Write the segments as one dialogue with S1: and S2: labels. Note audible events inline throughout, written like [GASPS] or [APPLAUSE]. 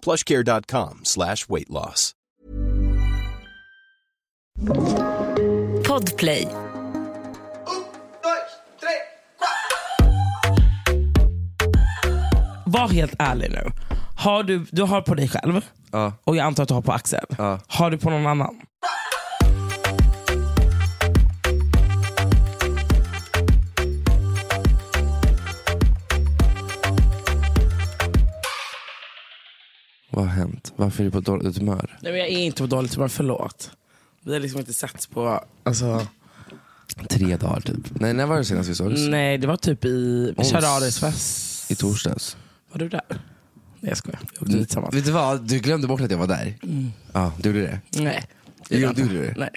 S1: plushcare.com slash weight loss.
S2: Podplay.
S3: Var helt ärlig nu. Har du, du har på dig själv
S4: Ja.
S3: och jag antar att du har på Axel.
S4: Ja.
S3: Har du på någon annan?
S4: Vad har hänt? Varför är du på dåligt humör?
S3: Nej, men jag är inte på dåligt humör, förlåt. Vi har liksom inte sett på... Alltså,
S4: Tre dagar typ. Nej, när var det senast vi sågs?
S3: nej, det var typ i
S4: Ons-
S3: Charadesfest.
S4: I Mm. torsdags.
S3: Var du där? Nej jag skojar. Vi åkte dit tillsammans.
S4: Vet du vad? Du glömde bort att jag var där. Ja, du gjorde det.
S3: Nej.
S4: Jo,
S3: Mm. jag
S4: du
S3: inte.
S4: gjorde det.
S3: Nej,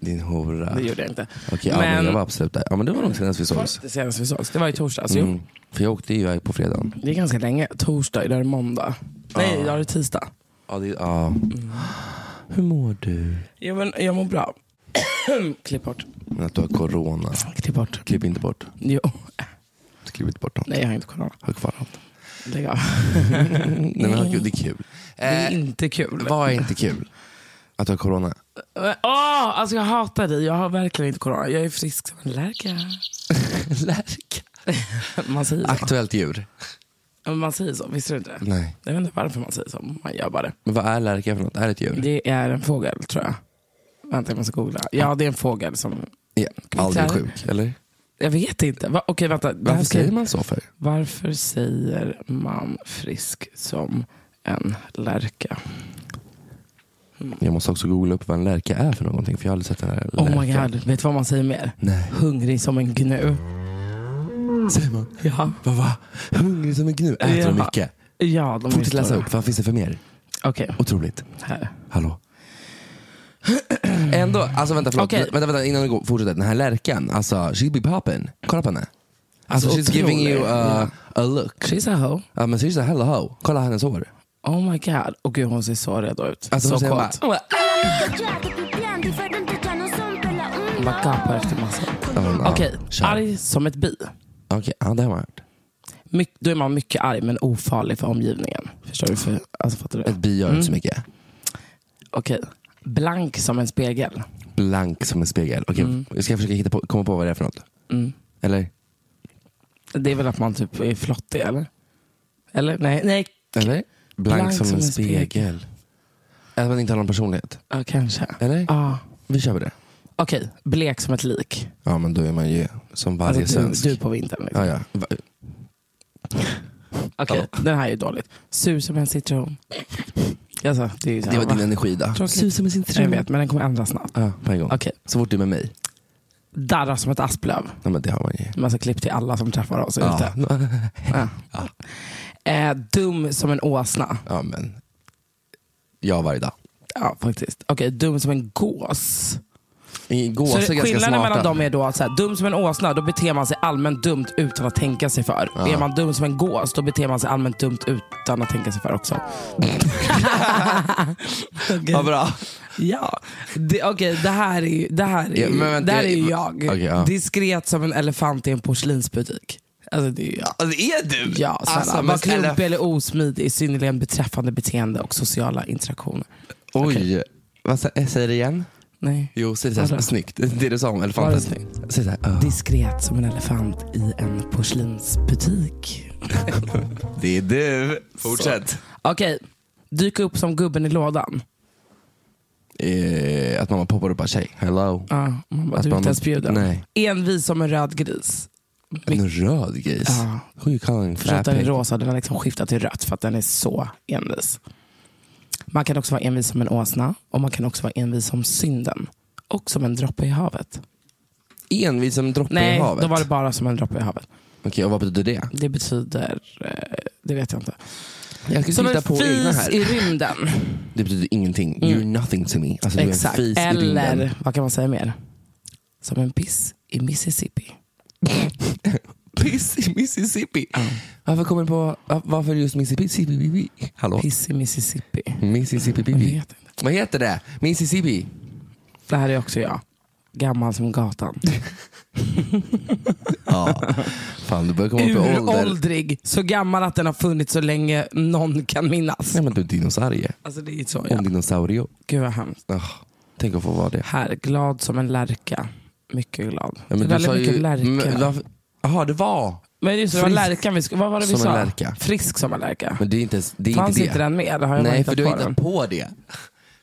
S4: Din hora.
S3: det gjorde jag inte.
S4: Okej, ja, men jag var absolut där. Ja, men det var nog senast vi sågs.
S3: Det senaste vi sågs, det var i torsdags. Jo.
S4: Mm. För jag åkte ju iväg på fredagen.
S3: Det är ganska länge. Torsdag, idag är det måndag.
S4: Ah.
S3: Nej, idag är det tisdag.
S4: Ja, det, ja.
S3: Mm.
S4: Hur mår du?
S3: Jo, men jag mår bra. [CLEARS THROAT] Klipp bort.
S4: Men att du har corona.
S3: Klipp bort.
S4: Klipp inte bort.
S3: Jo.
S4: Klipp inte bort något.
S3: Nej, jag har inte corona.
S4: Ha kvar allt.
S3: Lägg av.
S4: [LAUGHS] Nej, men ha kul. det är kul.
S3: Det är
S4: Eh,
S3: inte kul.
S4: vad är inte kul? Att du har
S3: [LAUGHS]
S4: corona?
S3: Åh, alltså jag hatar dig. Jag har verkligen inte corona. Jag är frisk som en lärka. lärka? man säger så.
S4: Aktuellt djur?
S3: Men Man säger så, visste du inte?
S4: Nej.
S3: Jag vet inte varför man säger så. men Man gör bara det.
S4: Men vad är lärka för något? Är det ett djur?
S3: Det är en fågel tror jag. Vänta, jag måste googla. Ja, det är en fågel som...
S4: Ja, aldrig
S3: Kläder.
S4: sjuk, eller?
S3: Jag vet inte. Va? Okej, vänta. Det här
S4: Varför
S3: ska-
S4: säger man så för?
S3: Varför säger man frisk som en lärka?
S4: Jag måste också googla upp vad en lärka är för någonting, för jag har aldrig sett den här
S3: Oh my
S4: lärkan.
S3: god, vet du vad man säger mer?
S4: Nej.
S3: Hungrig som en gnu.
S4: Säger man?
S3: Ja,
S4: Vad va? Hungrig som en gnu? Äter de
S3: Ja.
S4: mycket?
S3: ja de är
S4: Fortsätt läsa
S3: stora.
S4: upp, vad finns det för mer?
S3: Okej,
S4: Otroligt.
S3: här.
S4: Hallå? [CLEARS THROAT] Ändå, alltså vänta, förlåt.
S3: Okej.
S4: Vänta, vänta, innan du går- fortsätter. Den här lärkan, alltså she's big poppin. Kolla på henne. Alltså
S3: Alltså,
S4: she's giving you uh,
S3: otrolig.
S4: a, a look.
S3: She's a hoe.
S4: Ja men she's a hello ho. Kolla hennes hår.
S3: Oh my god. Och gud, hon ser så redo ut.
S4: Alltså,
S3: så
S4: hon säger
S3: kåt. Man gapar efter massan.
S4: men, ja,
S3: Okej,
S4: kör.
S3: arg som ett bi.
S4: Okej, ja det har man hört.
S3: My, då är man mycket arg men ofarlig för omgivningen. Förstår du? För, alltså, fattar du?
S4: Ett bi gör inte så mycket.
S3: Okej. Blank som en spegel.
S4: Blank som en spegel. Okej,
S3: Mm.
S4: jag ska försöka hitta på, komma på vad det är för något. Eller?
S3: Det är väl att man typ är flottig eller? Eller? Nej. nej.
S4: Eller? Blank, som, en spegel. Att man inte har någon personlighet.
S3: Ja, kanske. Ah.
S4: Eller?
S3: Ja.
S4: Vi kör på det.
S3: Okej, blek som ett lik.
S4: Ja, men då är man ju som varje
S3: Alltså, du,
S4: svensk.
S3: du på vintern. Liksom.
S4: Ja, ja. Va-
S3: Okej, den här är ju dåligt. Sur som en citron. Jag sa, det är ju så
S4: Det
S3: här,
S4: var din
S3: va?
S4: energi idag.
S3: Tråkigt. Sur
S4: som en
S3: Jag vet, men den kommer ändras snabbt.
S4: Ja, på en gång.
S3: Okej.
S4: Så fort du är med mig.
S3: Darrar som ett asplöv.
S4: Ja, men det har man ju.
S3: Massa klipp till alla som träffar oss ute.
S4: [LAUGHS] Ja.
S3: Ja. Eh, dum som en åsna.
S4: ja, men. Jag varje dag.
S3: Ja, faktiskt. Okej, dum som en gås. Så
S4: Gåsar är
S3: det-
S4: ganska
S3: skillnaden
S4: smarta.
S3: mellan dem är då att så här, dum som en åsna, då beter man sig allmänt dumt utan att tänka sig för. Är man dum som en gås, då beter man sig allmänt dumt utan att tänka sig för också. Okej.
S4: Ja, bra.
S3: [LAUGHS] Ja, det, okej det här är ju, det här är,
S4: Ja,
S3: ju-
S4: men vänta,
S3: det här är ju
S4: men-
S3: jag.
S4: okej, ja.
S3: Diskret som en elefant i en porslinsbutik. Alltså det är ju jag.
S4: Alltså, är du?
S3: Ja, snälla.
S4: Alltså, men
S3: Var
S4: snälla.
S3: klumpig eller osmidig i synnerligen beträffande beteende och sociala interaktioner.
S4: Oj. Vad sa- jag säger det igen?
S3: Nej.
S4: Jo, säg det så här
S3: Vadå?
S4: snyggt. Det du sa om elefanten.
S3: Alltså. Var det
S4: Säg så här. "Åh,
S3: Diskret som en elefant i en porslinsbutik.
S4: Det är du. Fortsätt.
S3: Okej, dyka upp som gubben i lådan.
S4: Eh, att mamma poppar upp och bara tjej, hello.
S3: Ja, man bara,
S4: Att
S3: du är
S4: man-
S3: inte ens bjuden.
S4: nej.
S3: Envis som en röd gris.
S4: En röd gris.
S3: Ja.
S4: Who you calling
S3: Förutom att den är
S4: flappy?
S3: rosa, den har liksom skiftat till rött för att den är så envis. Man kan också vara envis som en åsna och man kan också vara envis som synden. Och som en droppe i havet.
S4: Envis som en droppe
S3: Nej,
S4: i havet.
S3: då var det bara som en droppe i havet.
S4: Okej, och vad betyder det?
S3: Det betyder, eh, det vet jag inte.
S4: Jag ska
S3: Som
S4: titta
S3: en
S4: på egna
S3: fis
S4: här.
S3: i rymden.
S4: Det betyder ingenting. You're nothing to me. Alltså, du är en
S3: Exakt.
S4: fis i rymden.
S3: Eller vad kan man säga mer? Som en piss i Mississippi.
S4: [LAUGHS] Piss i [LAUGHS] Mississippi. Varför kommer du på, varför just Mississippi? Hallå?
S3: Piss i Mississippi. Jag vet
S4: Mississippi.
S3: inte.
S4: Vad heter det? Mississippi.
S3: Det här är också jag. Gammal som
S4: [LAUGHS]
S3: gatan. [LAUGHS]
S4: Ja. Fan, du börjar komma upp i ålder.
S3: Uråldrig. Så gammal att den har funnits så länge någon kan minnas.
S4: Nej men du är dinosaurie.
S3: Alltså det är så
S4: Ja.
S3: ja.
S4: En dinosaurio.
S3: Gud vad hemskt.
S4: Ah, tänk att få vara det.
S3: Här, glad som en lärka. Mycket glad.
S4: Ja,
S3: det är väldigt mycket lärka.
S4: men
S3: Men,
S4: varför- Jaha, det var.
S3: just det, det var
S4: Frisk
S3: lärkan vi skulle... Vad var det vi
S4: som en
S3: sa?
S4: lärka.
S3: Frisk som en lärka.
S4: Men det är inte, ens- det är
S3: Fanns
S4: inte det.
S3: inte den med? Eller har jag bara
S4: Nej,
S3: hittat
S4: för du har
S3: på den?
S4: hittat på det.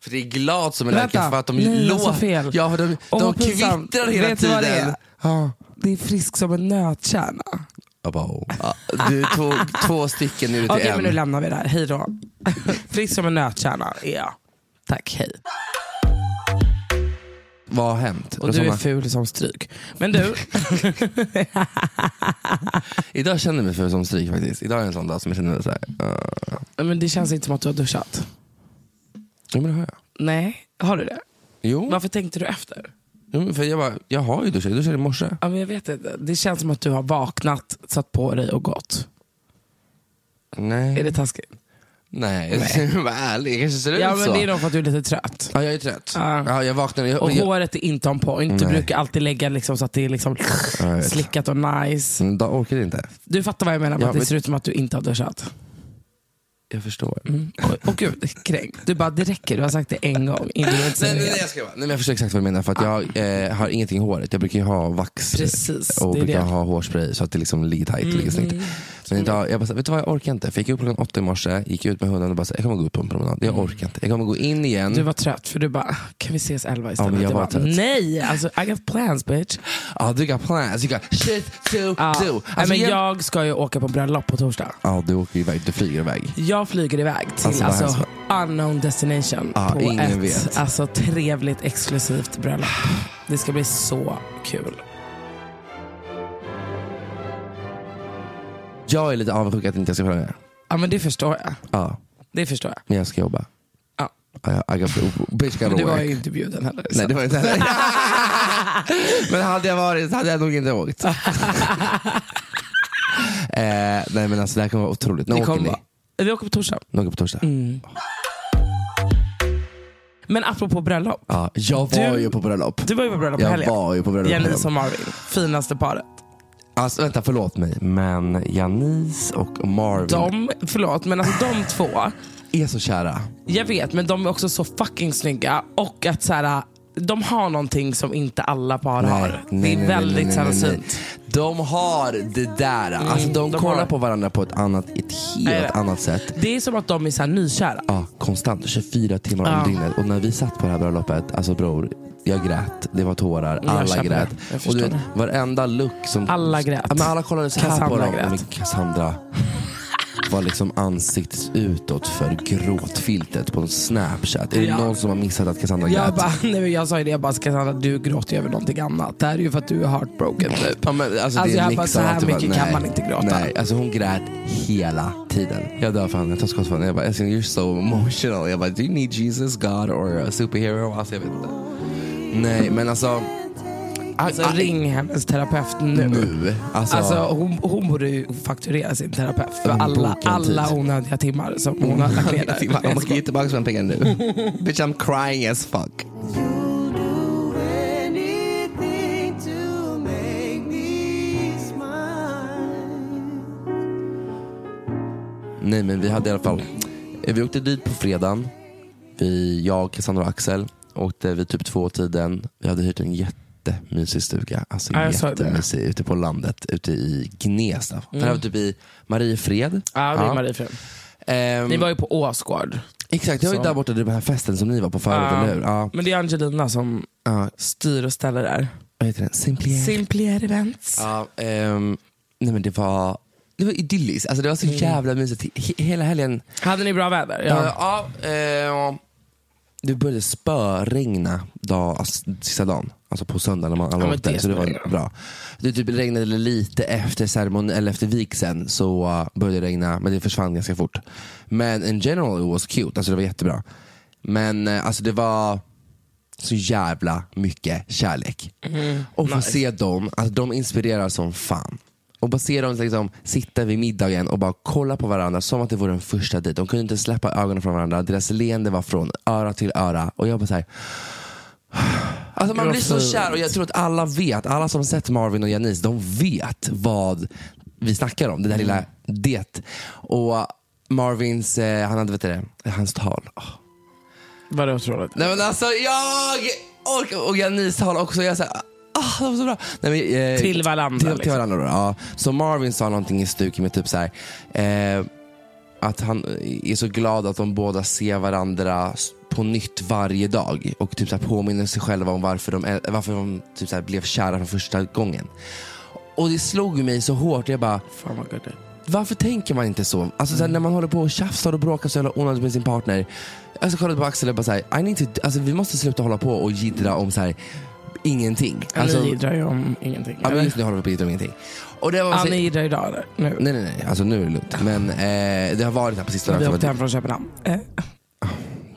S4: För det är glad som en
S3: Vänta.
S4: lärka för att de
S3: Nej, jag sa
S4: låter...
S3: fel.
S4: Ja, för de,
S3: Åh,
S4: de
S3: vad pinsamt.
S4: kvittrar hela
S3: Vet du
S4: tiden.
S3: vad det är?
S4: Ja.
S3: Det är frisk som en nötkärna.
S4: Jag bara, oh. Ja, du, två, två stycken nu till
S3: Okej,
S4: en.
S3: men nu lämnar vi det här. Hej då. [LAUGHS] frisk som en nötkärna är jag. Tack, hej.
S4: Vad har hänt?
S3: Och du är
S4: Rosanna?
S3: ful som stryk. Men du,
S4: Idag känner jag mig för som stryk faktiskt. Idag är en sån dag som jag känner mig såhär...
S3: [LAUGHS]
S4: Uh...
S3: men det känns inte som att du har duschat.
S4: Ja men det har jag.
S3: Nej, har du det?
S4: Jo,
S3: Varför tänkte du efter?
S4: jo men för jag, bara, jag har ju duschat. Jag duschade i morse.
S3: Ja, men jag vet inte. Det känns som att du har vaknat, satt på dig och gått.
S4: Nej.
S3: Mm. Är det taskigt?
S4: Nej, jag ska vara ärlig. Jag kanske ser ut
S3: Ja, men
S4: så.
S3: det är nog för att du är lite trött.
S4: Ja, jag är trött.
S3: Ja.
S4: Ja, jag vaknade. Jag,
S3: Och
S4: jag,
S3: håret är inte on point. Du
S4: Nej.
S3: brukar alltid lägga liksom så att det är liksom
S4: jag vet.
S3: slickat och nice.
S4: Mm, Då orkar jag inte.
S3: Du fattar vad jag menar med
S4: Ja,
S3: att det
S4: men-
S3: ser ut som att du inte har duschat.
S4: Jag förstår.
S3: Och, och gud, kränkt. Du bara, det räcker. Du har sagt det en gång. Inte du
S4: Nej, nej,
S3: nej,
S4: nej, jag ska bara. Nej, men jag förstår exakt vad du menar. För att jag eh, har ingenting i håret. Jag brukar ju ha vax
S3: Precis,
S4: och
S3: det är
S4: brukar
S3: det. Mm,
S4: ha hårspray så att det liksom ligger tight, ligger snyggt. Men idag, jag bara, så här, vet du vad, jag orkar inte. För jag gick upp klockan åtta i morse, gick ut med hunden och bara, så här, jag kommer gå ut på en promenad. Jag orkar inte. Jag kommer gå in igen.
S3: Mm. Du var trött för du bara, kan vi ses elva istället?
S4: men jag var
S3: bara,
S4: trött.
S3: Nej, alltså I got plans bitch.
S4: Ja, du got plans, you got shit to
S3: Ja.
S4: do.
S3: nej,
S4: Alltså,
S3: men jag ska ju åka på bröllop på torsdag.
S4: Ja, du åker iväg, du flyger iväg.
S3: Jag flyger iväg till
S4: Alltså, vad
S3: alltså,
S4: hemskt.
S3: unknown destination
S4: Ja,
S3: på
S4: ingen
S3: ett
S4: vet.
S3: Alltså, trevligt exklusivt bröllop. Det ska bli så kul.
S4: Jag är lite avundsjuk att inte jag ska följa med.
S3: Ja men det förstår jag.
S4: Ja,
S3: Det förstår jag.
S4: men jag ska jobba.
S3: Ja.
S4: Ja, jag- I got, bitch
S3: Men
S4: gotta
S3: du var
S4: work.
S3: ju inte bjuden heller.
S4: Nej, det var
S3: [LAUGHS]
S4: inte [LAUGHS] heller. men hade jag varit så hade jag nog
S3: [LAUGHS]
S4: inte åkt. eh, nej men alltså det här kommer vara otroligt. När
S3: det
S4: åker
S3: kommer
S4: ni?
S3: vara- Vi åker på torsdag.
S4: Ni åker på torsdag?
S3: Mm. Men apropå bröllop.
S4: Ja, jag var
S3: Du-
S4: ju på bröllop.
S3: Du var ju på bröllop i
S4: Jag
S3: helgen.
S4: var ju på bröllop.
S3: Janice och Marvin, finaste paret.
S4: Alltså vänta, förlåt mig. Men Janice och Marvin
S3: De, förlåt, men alltså de två
S4: är så kära.
S3: Jag vet, men de är också så fucking snygga. Och att så här, de har någonting som inte alla par har. det är väldigt
S4: nej, nej, nej.
S3: sällsynt. Mm,
S4: De har det där. Alltså, de,
S3: de
S4: kollar
S3: har-
S4: på varandra på ett, annat, ett
S3: Nej,
S4: helt
S3: nej.
S4: annat sätt.
S3: Det är som att de är så här nykära.
S4: Ja, konstant. 24 timmar
S3: Ja.
S4: om dygnet. Och när vi satt på det här bröllopet, alltså bror, jag grät. Det var tårar.
S3: Jag
S4: Alla
S3: köper
S4: grät.
S3: det. Jag
S4: och du
S3: förstår
S4: vet, varenda look som...
S3: Alla grät.
S4: Ja, men alla kollade så här på
S3: Cassandra
S4: dem.
S3: grät.
S4: Men Cassandra var liksom ansiktet utåt för gråtfiltet på en snapchat. Är det
S3: Ja.
S4: någon som har missat att Cassandra
S3: Jag,
S4: grät?
S3: bara, [LAUGHS] nej, men jag sa ju det, jag bara Cassandra du gråter ju över någonting annat. Det här är ju för att du är heartbroken typ.
S4: Ja, men, alltså,
S3: Alltså,
S4: det
S3: jag
S4: är en
S3: bara,
S4: mix
S3: så
S4: av
S3: här
S4: allt. Jag
S3: mycket kan man inte gråta.
S4: Nej, alltså hon grät hela tiden. Jag dör för henne, jag tar skott för henne. Jag bara, älskling you're so emotional. Jag bara, do you need Jesus, God or a superhero? Alltså jag vet inte. Nej, men alltså
S3: Alltså,
S4: Ah,
S3: ring hennes terapeut nu.
S4: nu. Alltså,
S3: Alltså, hon, hon borde ju fakturera sin terapeut för
S4: Hon
S3: alla,
S4: bokar en
S3: alla
S4: tid.
S3: onödiga timmar som hon har lagt ner
S4: [LAUGHS]
S3: där.
S4: Timmar, man kan ge tillbaka sina pengar nu. [LAUGHS] Bitch I'm crying as fuck. Nej men vi hade i alla fall, eh, vi åkte dit på fredagen. Vi, jag, Cassandra och Axel åkte vid typ två tiden. Vi hade hyrt en jättemysig stuga. Alltså
S3: Ja, jag såg det.
S4: jättemysig ute på landet, ute i Gnesta. Det här var typ i Mariefred.
S3: Ja, det är Mariefred.
S4: Ehm,
S3: Ni var ju på Åsgård.
S4: Exakt, jag var ju
S3: Så.
S4: där borta vid den här festen som ni var på förut,
S3: Ja.
S4: eller hur? Ja.
S3: Men det är Angelina som
S4: Ja.
S3: styr och ställer där.
S4: Vad heter den? Simplier.
S3: Simplier Events.
S4: ja, ehm, nej men det var, det var idylliskt. Alltså det var så jävla mysigt. He- hela helgen
S3: Hade ni bra väder? Mm. Ja.
S4: Ja. ja, eh, det började spöregna dag, alltså, sista dagen. Alltså på söndagen när man alla
S3: Ja, men
S4: åkte.
S3: det
S4: så det
S3: spelar
S4: var
S3: roll.
S4: bra. Det typ regnade lite efter ceremon, eller efter vigseln så eh, började det regna, men det försvann ganska fort. Men in general it was cute, alltså det var jättebra. Men eh, alltså det var så jävla mycket kärlek.
S3: Mm-hmm.
S4: och få se dem, alltså de inspirerar som fan. Och bara se dem liksom, sitta vid middagen och bara kolla på varandra som att det vore en första dejt. De kunde inte släppa ögonen från varandra. Deras leende var från öra till öra. Och jag bara så här. [SIGHS] Alltså man
S3: Det var
S4: blir så
S3: fint.
S4: kär och jag tror att alla vet, alla som sett Marvin och Janice, de vet vad vi snackar om. Det där
S3: Mm.
S4: lilla det. Och Marvins, eh, han hade, vet du det, hans tal. Åh.
S3: Var det otroligt?
S4: Nej men alltså jag orkar, och Janice tal också. Jag säger, ah det var så bra. Nej, men, eh,
S3: Till varandra,
S4: Till, till
S3: liksom.
S4: varandra då, ja. Så Marvin sa någonting i stuket med typ så här. Eh, att han är så glad att de båda ser varandra s- på nytt varje dag och typ så här påminner sig själva om varför de, är- varför de typ så här blev kära från första gången. Och det slog mig så hårt. Jag bara,
S3: Fan vad gulligt.
S4: varför tänker man inte så? Alltså
S3: Mm.
S4: såhär, när man håller på och tjafsar och bråkar så jävla onödigt med sin partner. Alltså kolla på Axel och bara såhär, I need to, alltså, vi måste sluta hålla på och jiddra om såhär, ingenting. Alltså,
S3: Alltså, ni gidrar ju om ingenting.
S4: ja, men
S3: eller?
S4: just nu håller vi på och jiddrar om ingenting. Och det var
S3: Ja,
S4: så,
S3: ni gidrar idag eller? Nu.
S4: Nej nej nej, alltså nu är det lugnt. Men eh, det har varit här på sistone.
S3: Vi
S4: att
S3: åkte
S4: det
S3: hem från Köpenhamn. Eh,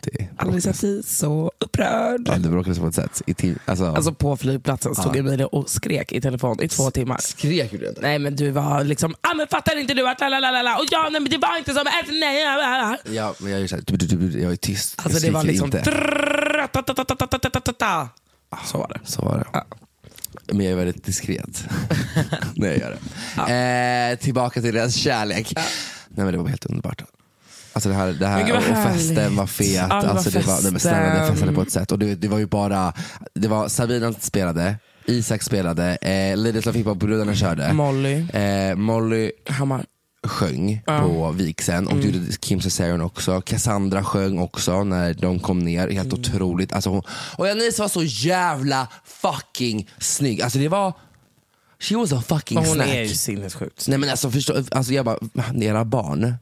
S4: det,
S3: aldrig sett dig så upprörd.
S4: ja, det bråkades på ett sätt. I tim- alltså,
S3: Alltså på flygplatsen stod Emilia och skrek i telefon i två timmar.
S4: skrek du det?
S3: Nej men du var liksom, ah men fattar inte du att la la la la la och ja nej men det var inte som ett nej. la, la, la."
S4: Ja, men jag är såhär, du, du, du, jag är tyst.
S3: Alltså
S4: jag
S3: det var
S4: skriker
S3: liksom,
S4: inte.
S3: trrrr, ta, ta, ta, ta, ta, ta, ta, ta, ta. så var det.
S4: Så var det. Men jag är
S3: [LAUGHS]
S4: väldigt diskret när jag gör det. Eh, tillbaka till deras kärlek. Nej men det var helt underbart. Alltså det här, det
S3: Men
S4: här
S3: gud, vad
S4: och festen
S3: härligt.
S4: var fet.
S3: Ja, det var
S4: alltså det var, nej, men snälla, det
S3: festen.
S4: festade på ett sätt. Och det, det var ju bara, det var Sabina spelade, Isak spelade, eh, Ladies Love Hiphop-brudarna körde.
S3: Molly.
S4: Eh, Molly
S3: Hammar.
S4: sjöng på vigseln
S3: Mm.
S4: och det gjorde Kim Cesarion också. Cassandra sjöng också när de kom ner.
S3: Mm.
S4: Helt otroligt. Alltså hon, och Janice var så jävla fucking snygg. Alltså det var... She was a fucking
S3: Hon
S4: snack.
S3: är ju sinnessjukt.
S4: Nej men alltså förstå, alltså jag bara, era barn.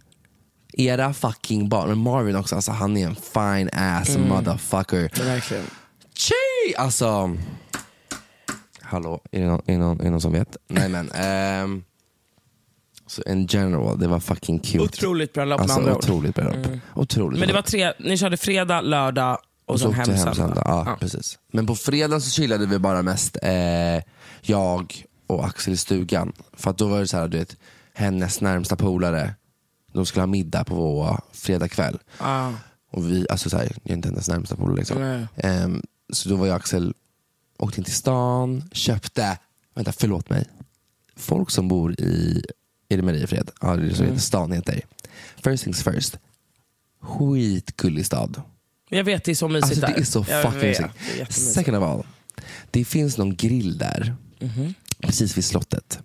S4: Era fucking barn. Men Marvin också, alltså han är en fine ass
S3: Mm.
S4: motherfucker.
S3: Verkligen.
S4: Tji! Alltså... Hallå, är det någon, är det någon, är det någon som vet? Nej men... ehm, så in general, det var fucking cute.
S3: Otroligt bröllop med
S4: alltså,
S3: andra ord. Mm.
S4: otroligt bröllop. Otroligt
S3: Men det var
S4: bröllop.
S3: tre, ni körde fredag, lördag och,
S4: Och så
S3: sen
S4: åkte
S3: hem
S4: jag hem
S3: söndag.
S4: söndag. Ja, Precis. Men på fredagen så chillade vi bara mest eh, jag och Axel i stugan. För att då var det så här, du vet, hennes närmsta polare, de skulle ha middag på fredag kväll.
S3: Ja.
S4: Och vi, alltså så här, jag är inte hennes närmsta polare liksom.
S3: Nej.
S4: Ehm, så då var jag och Axel, åkte in till stan, köpte, vänta förlåt mig. Folk som bor i, är det Mariefred? Ja det är det
S3: Mm.
S4: som heter, stan heter. First things first, skitgullig stad.
S3: Jag vet, det är så mysigt
S4: Alltså
S3: där.
S4: det är så
S3: Jag
S4: fucking
S3: vet,
S4: mysigt.
S3: det är jättemysigt.
S4: Second of all, det finns någon grill där,
S3: Mhm.
S4: precis vid slottet.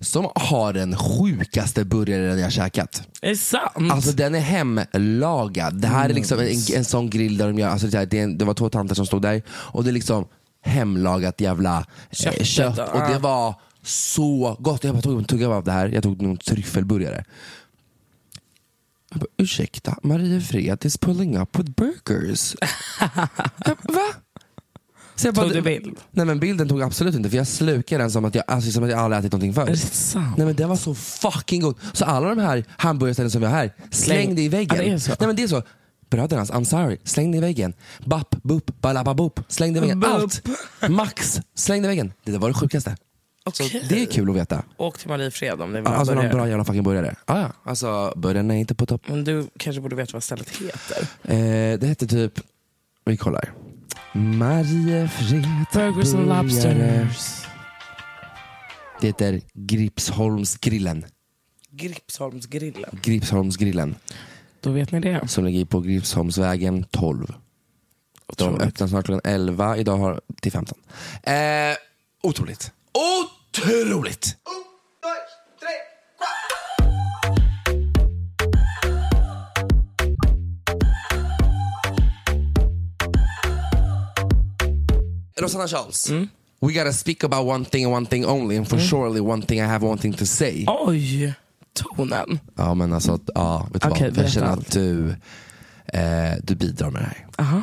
S4: Som har den sjukaste burgaren jag käkat.
S3: Är det sant?
S4: Alltså den är hemlagad. Det här är
S3: Mm.
S4: liksom en, en sån grill där de gör, alltså, det, här, det, är en, det var två tanter som stod där och det är liksom hemlagat jävla eh,
S3: Köttet,
S4: kött. Och
S3: ja.
S4: det var så gott. Jag bara tog en tugga av det här. Jag tog någon tryffelburgare. Jag bara, ursäkta, Mariefred is pulling up with burgers. jag, bara, va? Så jag
S3: Tog du bild?
S4: Nej men bilden tog jag absolut inte för jag slukade den som att jag, alltså, som att jag aldrig ätit någonting förut.
S3: Är det sant?
S4: Nej men den var så fucking god. Så alla de här hamburgerställen som vi har här, släng,
S3: Släng.
S4: det i väggen.
S3: Ja, det är så.
S4: Nej men det är så. brödernas, I'm sorry, släng det i väggen. Bapp, bupp, balababop, släng det i väggen.
S3: Bup.
S4: Allt! Max, släng det i väggen. Det där var det sjukaste.
S3: Okej.
S4: Det är kul att veta.
S3: Åk till Marie Fred om det var
S4: Alltså någon
S3: börjar.
S4: bra jävla fucking burgare. Ah, ja. Alltså burgaren är inte på topp.
S3: Men du kanske borde veta vad stället heter.
S4: Eh, det hette typ, vi kollar. Marie Fred
S3: Burgers and
S4: burgare.
S3: Lobsters.
S4: Det heter Gripsholmsgrillen.
S3: Gripsholmsgrillen.
S4: Gripsholmsgrillen.
S3: Då vet ni det.
S4: Som ligger på Gripsholmsvägen 12. De
S3: Otroligt.
S4: öppnar snart klockan 11, idag har till 15. Eh, otroligt. Otroligt! Rosanna Charles, we gotta speak about one thing and one thing only and for surely one thing I have one thing to say.
S3: Oj, tonen.
S4: Ja men alltså, att- ja, vet du
S3: Okej,
S4: vad?
S3: berätta
S4: Jag känner
S3: allt.
S4: att du, eh, du bidrar med det här.
S3: Aha.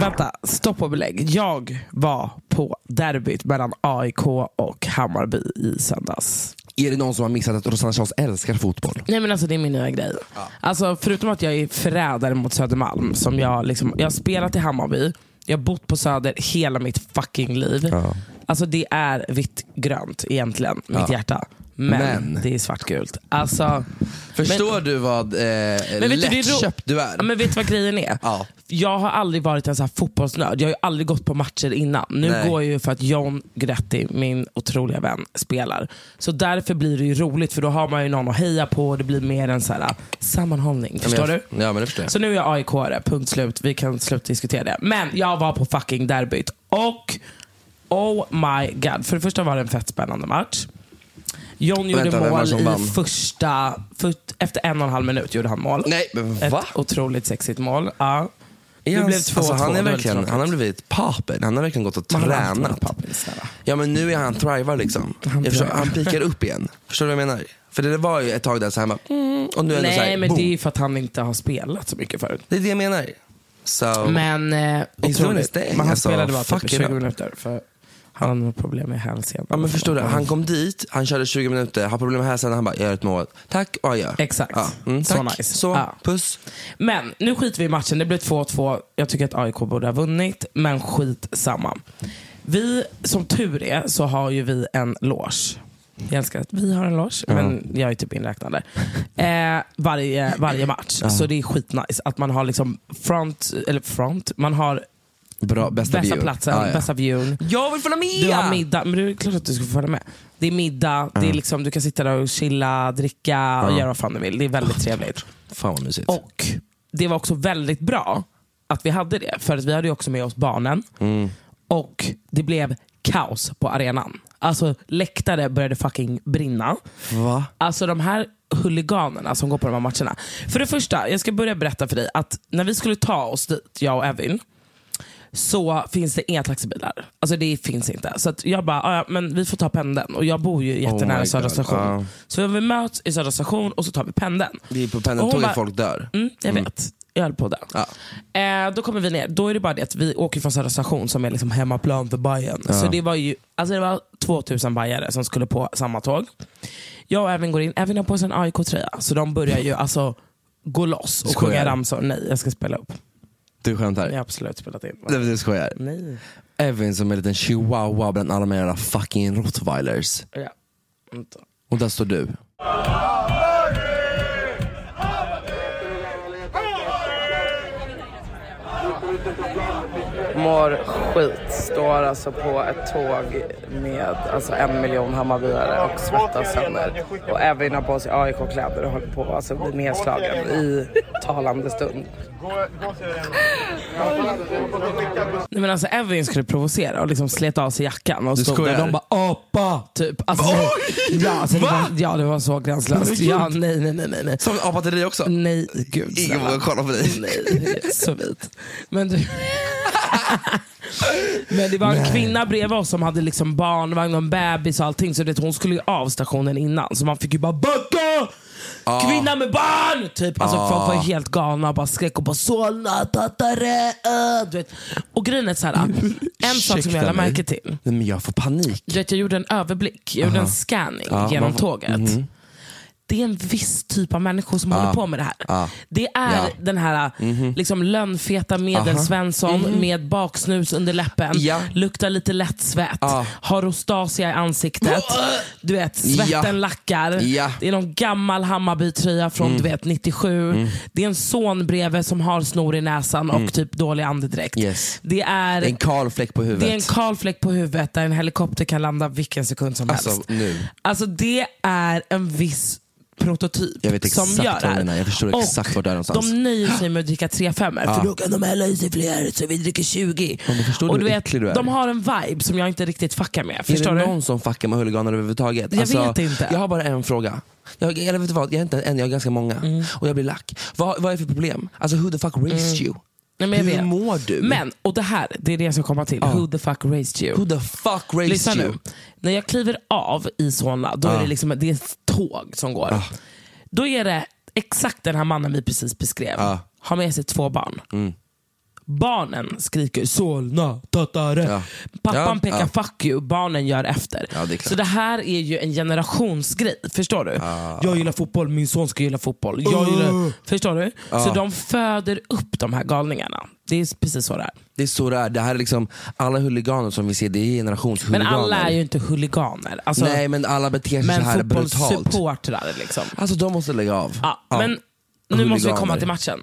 S3: Vänta, stopp och belägg. Jag var på derbyt mellan AIK och Hammarby i söndags.
S4: Är det någon som har missat att Rosanna Charles älskar fotboll?
S3: Nej men alltså det är min nya grej. Alltså förutom att jag är förrädare mot Södermalm, som jag, liksom, jag har spelat i Hammarby, jag har bott på Söder hela mitt fucking liv. Alltså det är vitt grönt egentligen, mitt hjärta. Men,
S4: Men.
S3: det är svartgult. Alltså,
S4: Förstår du vad eh,
S3: Men vet du, det är ro-
S4: lättköpt du är?
S3: Ja, men vet du vad grejen är?
S4: Ja.
S3: Jag har aldrig varit en så här fotbollsnörd. Jag har ju aldrig gått på matcher innan. Nu
S4: Nej.
S3: går jag ju för att John Gretti, min otroliga vän, spelar. Så därför blir det ju roligt, för då har man ju någon att heja på och det blir mer en så här ah, sammanhållning.
S4: Ja, men
S3: Förstår
S4: jag-
S3: du?
S4: Ja men det förstår jag.
S3: Så nu är jag AIK-are, punkt slut. Vi kan sluta diskutera det. Men jag var på fucking derbyt och oh my god. För det första var det en fett spännande match. John gjorde
S4: Vänta, vem var
S3: mål
S4: det som
S3: i
S4: vann?
S3: första, för, efter en och en halv minut gjorde han mål.
S4: Nej, men
S3: Ett
S4: va?
S3: otroligt sexigt mål. Ja.
S4: Är
S3: Det
S4: han-
S3: blev
S4: alltså,
S3: 2-2,
S4: han,
S3: det
S4: är
S3: var
S4: verkligen,
S3: väldigt
S4: han har
S3: tråkigt.
S4: blivit papen. Han har verkligen gått och
S3: Man har alltid
S4: tränat.
S3: varit papen, snälla.
S4: Ja men nu är han, han thrivar liksom.
S3: [LAUGHS]
S4: Han,
S3: Han
S4: jag förstår,
S3: thrivar.
S4: han pikar
S3: [LAUGHS]
S4: upp igen. Förstår du vad jag menar? För det var ju ett tag där så här, man, mm, och nu är det så
S3: Nej
S4: här,
S3: men
S4: boom.
S3: det är ju för att han inte har spelat så mycket förut.
S4: det är det jag menar. So,
S3: Men, eh,
S4: He's doing his
S3: otroligt.
S4: thing,
S3: men han
S4: alltså,
S3: spelade bara
S4: fuck
S3: typ
S4: it
S3: 20
S4: up.
S3: minuter. För han har nog problem med hälsenan.
S4: ja, men förstår du, han kom dit, han körde 20 minuter, har problem med hälsan, han bara, jag gör ett mål. Tack, och adjö.
S3: Exakt.
S4: Ja, mm,
S3: Så
S4: tack.
S3: nice.
S4: Så,
S3: Ja.
S4: puss.
S3: Men nu skiter vi i matchen. Det blev 2-2. Jag tycker att AIK borde ha vunnit, men skit samma. Vi, som tur är, så har ju vi en loge. Jag älskar att vi har en loge, men jag är typ inräknad
S4: [LAUGHS]
S3: där. Eh, varje, varje match. Så det är skitnice att man har liksom front, eller front, man har
S4: Bra, bästa,
S3: bästa,
S4: view. Ah,
S3: platsen,
S4: Ja, ja.
S3: bästa viewn.
S4: Jag vill följa med!
S3: Du har middag, men det är klart att du ska få följa med. Det är middag, det
S4: Mm.
S3: är liksom, du kan sitta där och chilla, dricka och göra vad fan du vill. Det är väldigt trevligt.
S4: Fan vad mysigt.
S3: Och det var också väldigt bra att vi hade det. För att vi hade ju också med oss barnen.
S4: Mm.
S3: Och det blev kaos på arenan. Alltså läktare började fucking brinna.
S4: Va?
S3: Alltså de här huliganerna som går på de här matcherna. För det första, jag ska börja berätta för dig att när vi skulle ta oss dit, jag och Evin, så finns det inga taxibilar. Alltså det finns inte. Så att jag bara, "Ah, ja, men vi får ta pendeln. Och jag bor ju jättenära
S4: Oh my
S3: Södra
S4: God,
S3: station.
S4: ja.
S3: Så vi möts i Södra station och så tar vi pendeln.
S4: Det är på
S3: Och hon
S4: pendeltåget
S3: bara-
S4: folk dör.
S3: Mm, jag vet. Jag höll på det.
S4: Ja.
S3: Eh, då kommer vi ner. Då är det bara det att vi åker från Södra station som är liksom hemmaplan för Bajen. Så det var ju alltså det var 2000 bajare som skulle på samma tåg. Jag och Evin går in. Evin har på sig en AIK-tröja. Så de börjar ju alltså gå loss och
S4: Skojar
S3: sjunga
S4: du?
S3: ramsor. Nej, jag ska spela upp.
S4: Du skämtar?
S3: Jag har absolut spelat in.
S4: Nej, men Du skojar.
S3: Nej.
S4: Evin som är en liten chihuahua bland alla de här jävla fucking rottweilers.
S3: Ja. Vänta.
S4: Och där står du.
S3: mår skit, står alltså på ett tåg med alltså, en miljon Hammarbyare och svettas sönder. Och Evin har på sig AIK-kläder och håller på att alltså, bli nedslagen i talande stund. Nej, men alltså, Evin skulle provocera och liksom slet av sig jackan och stod där.
S4: skojar?
S3: De bara apa! Typ. Alltså, ja, alltså, det var, ja, det var så gränslöst. Ja, nej, nej, nej, nej, nej.
S4: Som en apa till dig också?
S3: Nej, gud.
S4: Ingen
S3: snälla.
S4: vågar kolla på dig.
S3: Nej, det är så vit. Men
S4: [LAUGHS]
S3: du... Men det var en kvinna bredvid oss som hade liksom barnvagn och en bebis och allting. Så det, hon skulle ju av stationen innan. Så man fick ju bara backa!
S4: Ah.
S3: Kvinna med barn! Typ. Alltså, Folk var ju helt galna och bara skrek och bara Solna, tattare, äh. du vet. Och grejen är så
S4: [LAUGHS]
S3: här, en sak som
S4: Ursäkta
S3: jag lade
S4: mig.
S3: märke till.
S4: Nej, men jag får panik.
S3: Du vet, jag gjorde en överblick, jag gjorde en scanning
S4: Ja,
S3: genom
S4: man får- Mhm.
S3: tåget. Det är en viss typ av människor som håller på med det här.
S4: Ja.
S3: Det är
S4: Ja. Mhm.
S3: den här liksom, lönnfeta medelsvensson med baksnus under läppen,
S4: Ja.
S3: luktar lite lätt svett,
S4: Ja.
S3: har rosacea i ansiktet, du vet, svetten
S4: Ja.
S3: lackar.
S4: Ja. Mm.
S3: Det är någon gammal Hammarbytröja från du vet, 97. Det är en son bredvid som har snor i näsan och typ dålig andedräkt.
S4: Mm. Yes.
S3: Det är
S4: En kal fläck på huvudet.
S3: det är en kal fläck på huvudet där en helikopter kan landa vilken sekund som
S4: Alltså,
S3: helst.
S4: nu.
S3: Alltså det är en viss prototyp
S4: Jag vet exakt
S3: som gör
S4: vad
S3: det
S4: du
S3: här.
S4: menar. Jag förstår
S3: Och
S4: exakt vart du är någonstans.
S3: De nöjer sig med att dricka 3 5 för då kan de hälla i sig fler så vi dricker 20.
S4: men förstår du
S3: och du
S4: hur
S3: vet,
S4: äcklig du är?
S3: de har en vibe som jag inte riktigt fuckar med.
S4: Är
S3: Förstår
S4: det
S3: du?
S4: någon som fuckar med huliganer överhuvudtaget? Alltså,
S3: Jag vet inte.
S4: Jag har bara en fråga. Jag, eller vet du vad, jag är inte en, jag har ganska många.
S3: Mm.
S4: Och jag blir lack. Vad, vad är det för problem? Alltså who the fuck raised you?
S3: Nej, Mm. men jag
S4: Hur
S3: vet.
S4: mår du?
S3: Men, och det här, det är det jag ska komma till. Who the fuck raised you?
S4: Who the fuck raised
S3: Lyssna
S4: you? Ah.
S3: nu. När jag kliver av i Solna, då är det liksom det är ett tåg som går. Då är det exakt den här mannen vi precis beskrev.
S4: Ah.
S3: Har med sig två barn.
S4: Mm.
S3: Barnen skriker Solna, tattare.
S4: Ja.
S3: Pappan
S4: Ja,
S3: pekar fuck you, barnen gör efter.
S4: Ja, det är klart.
S3: Så det här är ju en generationsgrej. Förstår du?
S4: Ah.
S3: Jag gillar fotboll, min son ska gilla fotboll. Jag gillar, förstår du?
S4: Ah.
S3: Så de föder upp de här galningarna. Det är precis så det är.
S4: Det är så det är. Det här är liksom, alla huliganer som vi ser, det är
S3: Men
S4: generationshuliganer.
S3: alla är ju inte huliganer. Alltså,
S4: Nej men alla beter sig Alltså, så
S3: Men
S4: här brutalt.
S3: fotbollssupportrar liksom.
S4: Alltså de måste lägga av.
S3: Ja,
S4: Ja.
S3: Men nu måste vi
S4: Huliganer.
S3: komma till matchen.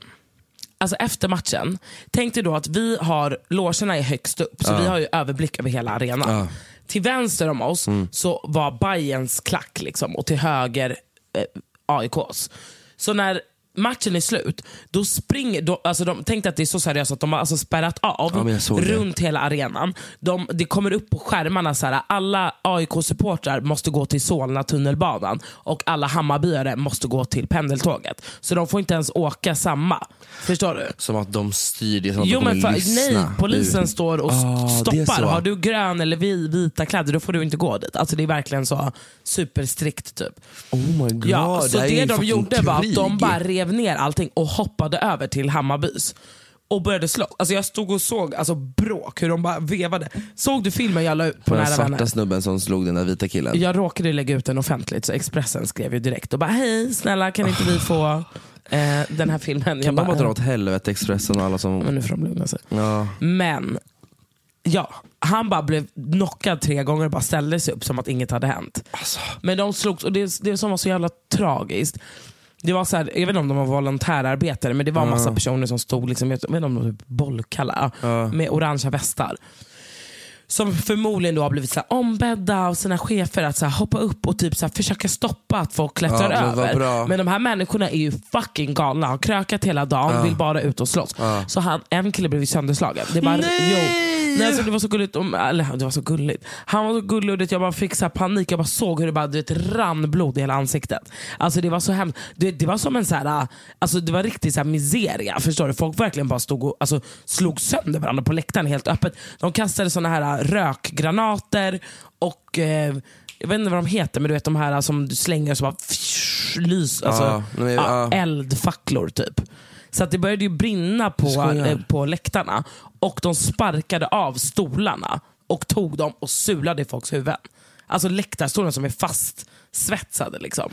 S3: Alltså efter matchen, tänk dig då att vi har, logerna är högst upp, så vi har ju överblick över hela arenan. Till vänster om oss
S4: Mm.
S3: så var Bayerns klack liksom, och till höger eh, AIKs. Så när matchen är slut, då springer, då, alltså de tänkte att det är så seriöst att de har alltså spärrat av
S4: Ja, men jag såg det.
S3: runt hela arenan. De, det kommer upp på skärmarna så här, alla AIK-supportrar måste gå till Solna tunnelbanan och alla Hammarbyare måste gå till pendeltåget. Så de får inte ens åka samma. Förstår du?
S4: Som att de styr det, som att
S3: Jo,
S4: de kommer
S3: men för, nej,
S4: lyssna.
S3: polisen
S4: ut.
S3: står och st-
S4: Ah, det är
S3: stoppar.
S4: så.
S3: Har du grön eller vi- vita kläder då får du inte gå dit. Alltså Det är verkligen så superstrikt. typ.
S4: Oh my god,
S3: Ja, så
S4: här är
S3: det
S4: ju
S3: de
S4: fucking
S3: gjorde var att
S4: krig.
S3: de bara rev ner allting och hoppade över till Hammarbys och började slå. Alltså jag stod och såg alltså, bråk, hur de bara vevade. Såg du filmen jag la ut på
S4: På den
S3: Nära
S4: svarta
S3: Vänner?
S4: snubben som slog den där vita killen.
S3: Jag råkade lägga ut den offentligt så Expressen skrev ju direkt och bara hej snälla kan inte vi få eh, den här filmen?
S4: Kan
S3: jag
S4: de
S3: bara,
S4: bara dra
S3: "Eh."
S4: åt helvete Expressen och alla
S3: Men
S4: som...
S3: nu får de lugna sig.
S4: Ja.
S3: Men ja, han bara blev knockad tre gånger och bara ställde sig upp som att inget hade hänt. Men de slogs, och det, det som var så jävla tragiskt, det var så här, jag vet inte om de var volontärarbetare, men det var massa personer som stod, liksom, jag vet inte om de var typ bollkalla, med orangea västar. som förmodligen då har blivit så här ombedda av sina chefer att så här hoppa upp och typ så här försöka stoppa att folk klättrar
S4: Ja, men vad
S3: över.
S4: bra.
S3: Men de här människorna är ju fucking galna, har krökat hela dagen, vill bara ut och slåss. Så han, en kille blev ju sönderslagen. Det är bara,
S4: Nej!
S3: Jo, nej, alltså det var så gulligt. Om, eller, det var så gulligt. Han var så gullig och det, jag bara fick så här panik. Jag bara såg hur det bara, du vet, rann blod i hela ansiktet. Alltså det var så hemskt. Det, det var som en så här, alltså det var riktigt så här miseria. Förstår du? Folk verkligen bara stod och alltså, slog sönder varandra på läktaren helt öppet. De kastade såna här ah, rökgranater och eh, jag vet inte vad de heter, men du vet de här ah, som du slänger och så bara fsh, lys, alltså,
S4: Ja, men-
S3: ja,
S4: ja.
S3: eldfacklor typ. Så att det började ju brinna på,
S4: Skojar.
S3: eh, på läktarna och de sparkade av stolarna och tog dem och sulade i folks huvuden. Alltså läktarstolarna som är fast svetsade liksom.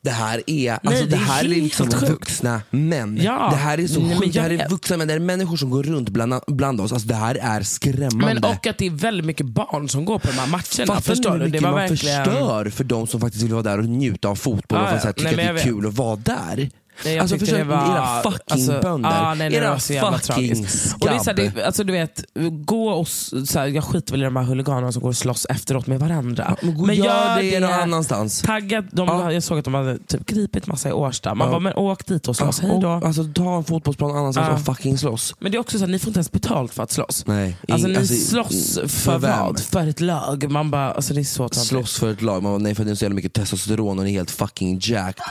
S4: Det här är, alltså,
S3: Nej,
S4: det
S3: det är
S4: här är liksom
S3: helt sjukt.
S4: vuxna män.
S3: Ja.
S4: Det här är så
S3: Nej, men
S4: sjukt. Det här
S3: jag-
S4: är vuxna män. Det här är människor som går runt bland, bland oss. Alltså, det här är skrämmande.
S3: Men och att det är väldigt mycket barn som går på de här matcherna.
S4: Fattar ni
S3: förstår
S4: hur
S3: du? Det
S4: mycket
S3: var
S4: man
S3: verkligen...
S4: förstör för de som faktiskt vill vara där och njuta av fotboll
S3: Ah,
S4: och
S3: ja.
S4: faktiskt så här, tycka
S3: Nej, men
S4: att det är
S3: jag vet.
S4: kul att vara där.
S3: Nej, jag
S4: alltså
S3: tyckte
S4: försök,
S3: det var-
S4: era fucking
S3: alltså,
S4: bönder.
S3: ah, nej, nej, det
S4: era
S3: var så jävla
S4: fucking
S3: tragiskt. Och det är så här,
S4: skabb.
S3: det, alltså, du vet, gå och, s- så här, jag skiter väl i de här huliganerna som går och slåss efteråt med varandra.
S4: men gå och gör det någon annanstans.
S3: Tagga, de,
S4: Ja.
S3: Jag såg att de hade typ gripit massa i Årsta. Man
S4: Ja.
S3: bara, men åk dit och slåss.
S4: Ja,
S3: Hej
S4: och-
S3: då. Ah.
S4: Alltså, ta en fotbollsplan någon annanstans
S3: Ja.
S4: och fucking slåss.
S3: Men det är också så här, ni får inte ens betalt för att slåss.
S4: Nej,
S3: alltså
S4: ing-
S3: ni
S4: alltså,
S3: slåss
S4: för
S3: för,
S4: vem?
S3: vad? För ett lag. Man bara, alltså det är så töntigt.
S4: Slåss för ett lag. Man bara, nej för det är så jävla mycket testosteron och ni är helt fucking jacked.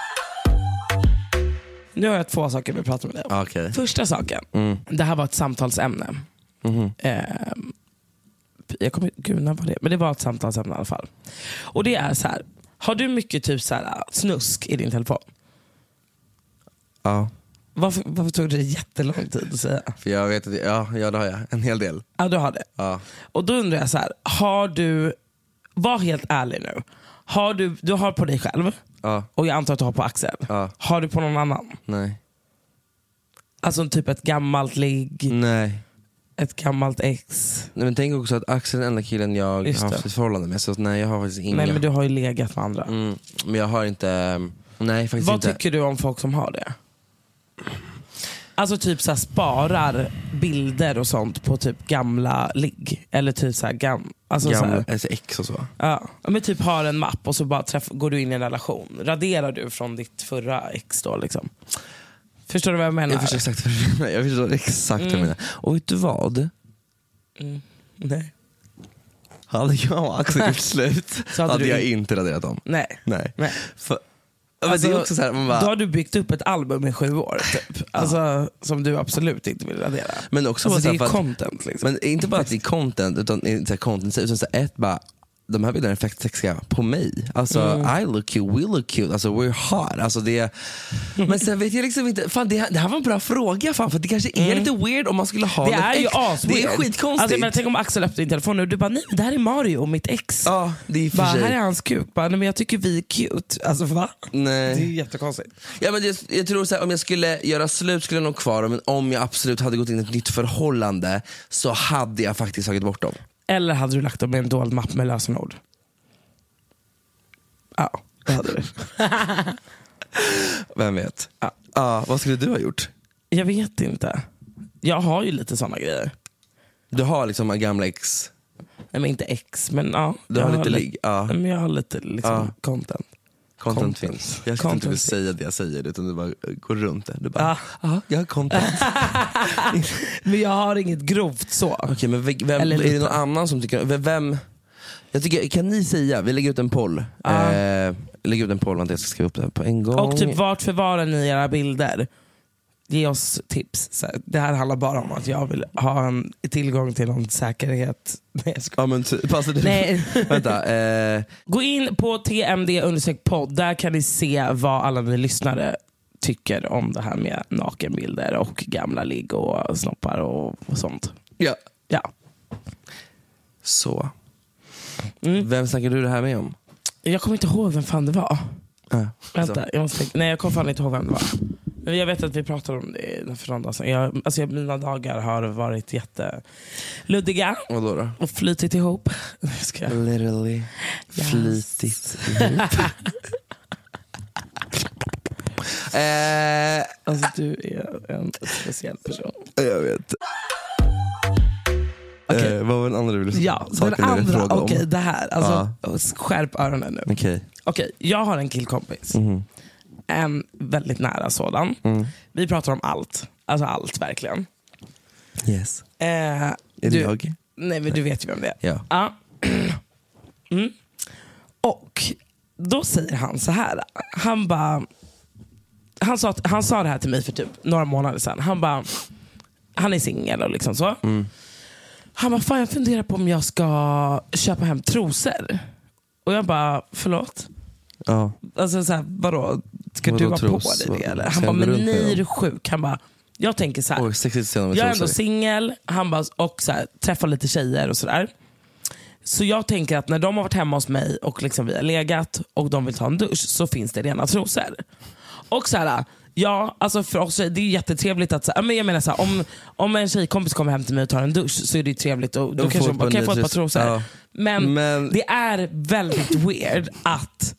S3: Nu har jag två saker vi pratar med dig om.
S4: Okej.
S3: Första saken,
S4: Mm.
S3: det här var ett samtalsämne.
S4: Mhm.
S3: Eh, jag kommer, gud, när var det? Men det var ett samtalsämne i alla fall. Och det är så här. har du mycket typ så här, snusk i din telefon?
S4: Ja,
S3: Varför, varför tog det jättelång tid att säga?
S4: för jag vet att, ja, ja det har jag. En hel del.
S3: Ja, du har det.
S4: Ja.
S3: Och då undrar jag så här, har du, var helt ärlig nu. Har du, du har på dig själv,
S4: Ja.
S3: och jag antar att du har på Axel.
S4: Ja.
S3: Har du på någon annan?
S4: Nej.
S3: Alltså typ ett gammalt ligg,
S4: Nej. Mm.
S3: ett gammalt ex.
S4: Nej, men tänk också att Axel är den enda killen jag
S3: Just
S4: har
S3: det.
S4: haft ett förhållande med. Så att, nej jag har faktiskt inga.
S3: Nej men du har ju legat med andra.
S4: mm, men jag har inte, ehm, nej faktiskt
S3: Vad
S4: inte.
S3: tycker du om folk som har det? Alltså typ så här, sparar bilder och sånt på typ gamla ligg. Eller typ så här, gam, alltså så
S4: Gamla,
S3: här,
S4: alltså ex och så.
S3: ja. Ja, men typ har en mapp och så bara träff, går du in i en relation. Raderar du från ditt förra ex då liksom? Förstår du vad jag menar?
S4: Jag förstår exakt vad du menar. Jag förstår exakt
S3: Mm.
S4: vad du menar. Och vet du vad?
S3: Nej.
S4: Hade jag och Axel gjort slut
S3: Så hade
S4: hade
S3: du
S4: jag
S3: in-
S4: inte raderat dem.
S3: Nej.
S4: Nej.
S3: Nej.
S4: För, Ja, men det är
S3: Alltså,
S4: också så här, man bara,
S3: Då har du byggt upp ett album i sju år typ. Alltså, Som du absolut inte vill radera.
S4: Men också bara
S3: alltså,
S4: så här
S3: det är
S4: för att-
S3: content liksom.
S4: Men inte bara att det är content, utan i- så här, content, utan så här, ett bara de här bilderna är fett sexiga på mig. Alltså
S3: Mm.
S4: I look cute, we look cute, alltså we're hot. Alltså, det,
S3: [LAUGHS]
S4: men sen vet jag liksom inte, fan, det, här- det här var en bra fråga fan, för det kanske är lite weird om man skulle ha
S3: Mm. Det
S4: något
S3: är ju
S4: ex.
S3: asweird.
S4: Det är skitkonstigt.
S3: Alltså, men tänk om Axel öppnar din telefon nu och du bara, nej men det här är Mario och mitt ex.
S4: ja, det är i och
S3: bara,
S4: för
S3: här
S4: sig.
S3: är hans kuk. Bara, nej, men jag tycker vi är cute. Alltså va?
S4: Nej.
S3: Det är jättekonstigt.
S4: Ja, men jag, jag tror så här, om jag skulle göra slut skulle jag nog kvar men om jag absolut hade gått in i ett nytt förhållande så hade jag faktiskt tagit bort dem.
S3: Eller hade du lagt dem i en dold mapp med lösenord? Ja, det hade du.
S4: Vem vet? Ja. Ja, vad skulle du ha gjort?
S3: jag vet inte. Jag har ju lite sådana grejer.
S4: Du har liksom gamla ex,
S3: Nej, men inte ex, men ja.
S4: du
S3: jag
S4: har lite ligg. Ja.
S3: Nej, Men jag har lite liksom,
S4: Ja.
S3: content.
S4: Content,
S3: Content.
S4: finns. Jag skulle
S3: Content
S4: inte vilja
S3: finns.
S4: säga det jag säger utan du bara eh, går runt det. Du bara,
S3: Ah.
S4: ja, jag har content.
S3: [LAUGHS] Men jag har inget grovt så.
S4: Okej men ve- vem,
S3: Eller
S4: är det
S3: lite.
S4: någon annan som tycker, ve- vem? Jag tycker, kan ni säga, vi lägger ut en poll.
S3: Ah.
S4: Eh, lägger ut en poll, vänta jag ska skriva upp det här på en gång.
S3: Och typ vart förvarar ni era bilder? Ge oss tips. Så här, det här handlar bara om att jag vill ha en tillgång till någon säkerhet. [LAUGHS] Nej, jag skojar.
S4: Ja men typ, alltså, det-
S3: Nej.
S4: [LAUGHS] vänta. Eh,
S3: Gå in på TMD undersök podd. Där kan ni se vad alla ni lyssnare tycker om det här med nakenbilder och gamla ligg och snoppar och, och sånt.
S4: ja.
S3: Ja.
S4: Så.
S3: Mm.
S4: Vem snackar du det här med om?
S3: Jag kommer inte ihåg vem fan det var.
S4: Eh,
S3: Vänta, jag måste tänka. Nej jag kommer fan inte ihåg vem det var. Men jag vet att vi pratade om det för någon dag sedan. Jag, alltså, jag- mina dagar har varit jätteluddiga.
S4: så. Vadå då?
S3: och flytit ihop. [LAUGHS] Ska
S4: Mm.
S3: jag?
S4: Literally
S3: Yes. [LAUGHS]
S4: flitigt ihop. eh,
S3: Alltså du är en speciell person.
S4: Jag vet.
S3: Okej.
S4: Eh, vad var den andra du ville
S3: Ja,
S4: saken
S3: den
S4: du ville
S3: andra,
S4: fråga
S3: okej
S4: om?
S3: det här. Alltså, Skärp öronen nu.
S4: Okej. Mhm.
S3: Okej, jag har en killkompis. En väldigt nära sådan.
S4: Mm.
S3: Vi pratar om allt. Alltså allt verkligen.
S4: Yes.
S3: Eh, är
S4: det jag?
S3: Nej men du vet ju vem det är.
S4: Ja.
S3: [CLEARS THROAT] Mm. Och då säger han så här. Han bara... Han sa, att- han sa det här till mig för typ några månader sedan. Han bara... Han är singel och liksom så.
S4: Mm.
S3: Han bara, fan jag funderar på om jag ska köpa hem trosor. Och jag bara, förlåt?
S4: Ja.
S3: Alltså så här, vadå? Ska
S4: Vadå
S3: du ha
S4: tros?
S3: på dig det
S4: Vad-
S3: eller?
S4: ska
S3: Han
S4: jag
S3: bara,
S4: gå
S3: men
S4: runt med
S3: nej
S4: dem?
S3: är du sjuk? Han bara, jag tänker så här.
S4: Oj, sexigt scen med
S3: Jag är
S4: trosor.
S3: ändå singel han bara, och så här, träffar lite tjejer och sådär. Så jag tänker att när de har varit hemma hos mig och liksom vi har legat och de vill ta en dusch så finns det rena trosor. Och så här, ja, alltså för oss tjejer, det är jättetrevligt att, så här, men jag menar så här, om, om en tjejkompis kommer hem till mig och tar en dusch så är det ju trevligt och då
S4: Och
S3: kanske
S4: får
S3: hon bara,
S4: ett
S3: kan jag
S4: par
S3: få ett par
S4: nya
S3: trosor?
S4: trosor?" Ja.
S3: Men,
S4: Men-
S3: det är väldigt weird att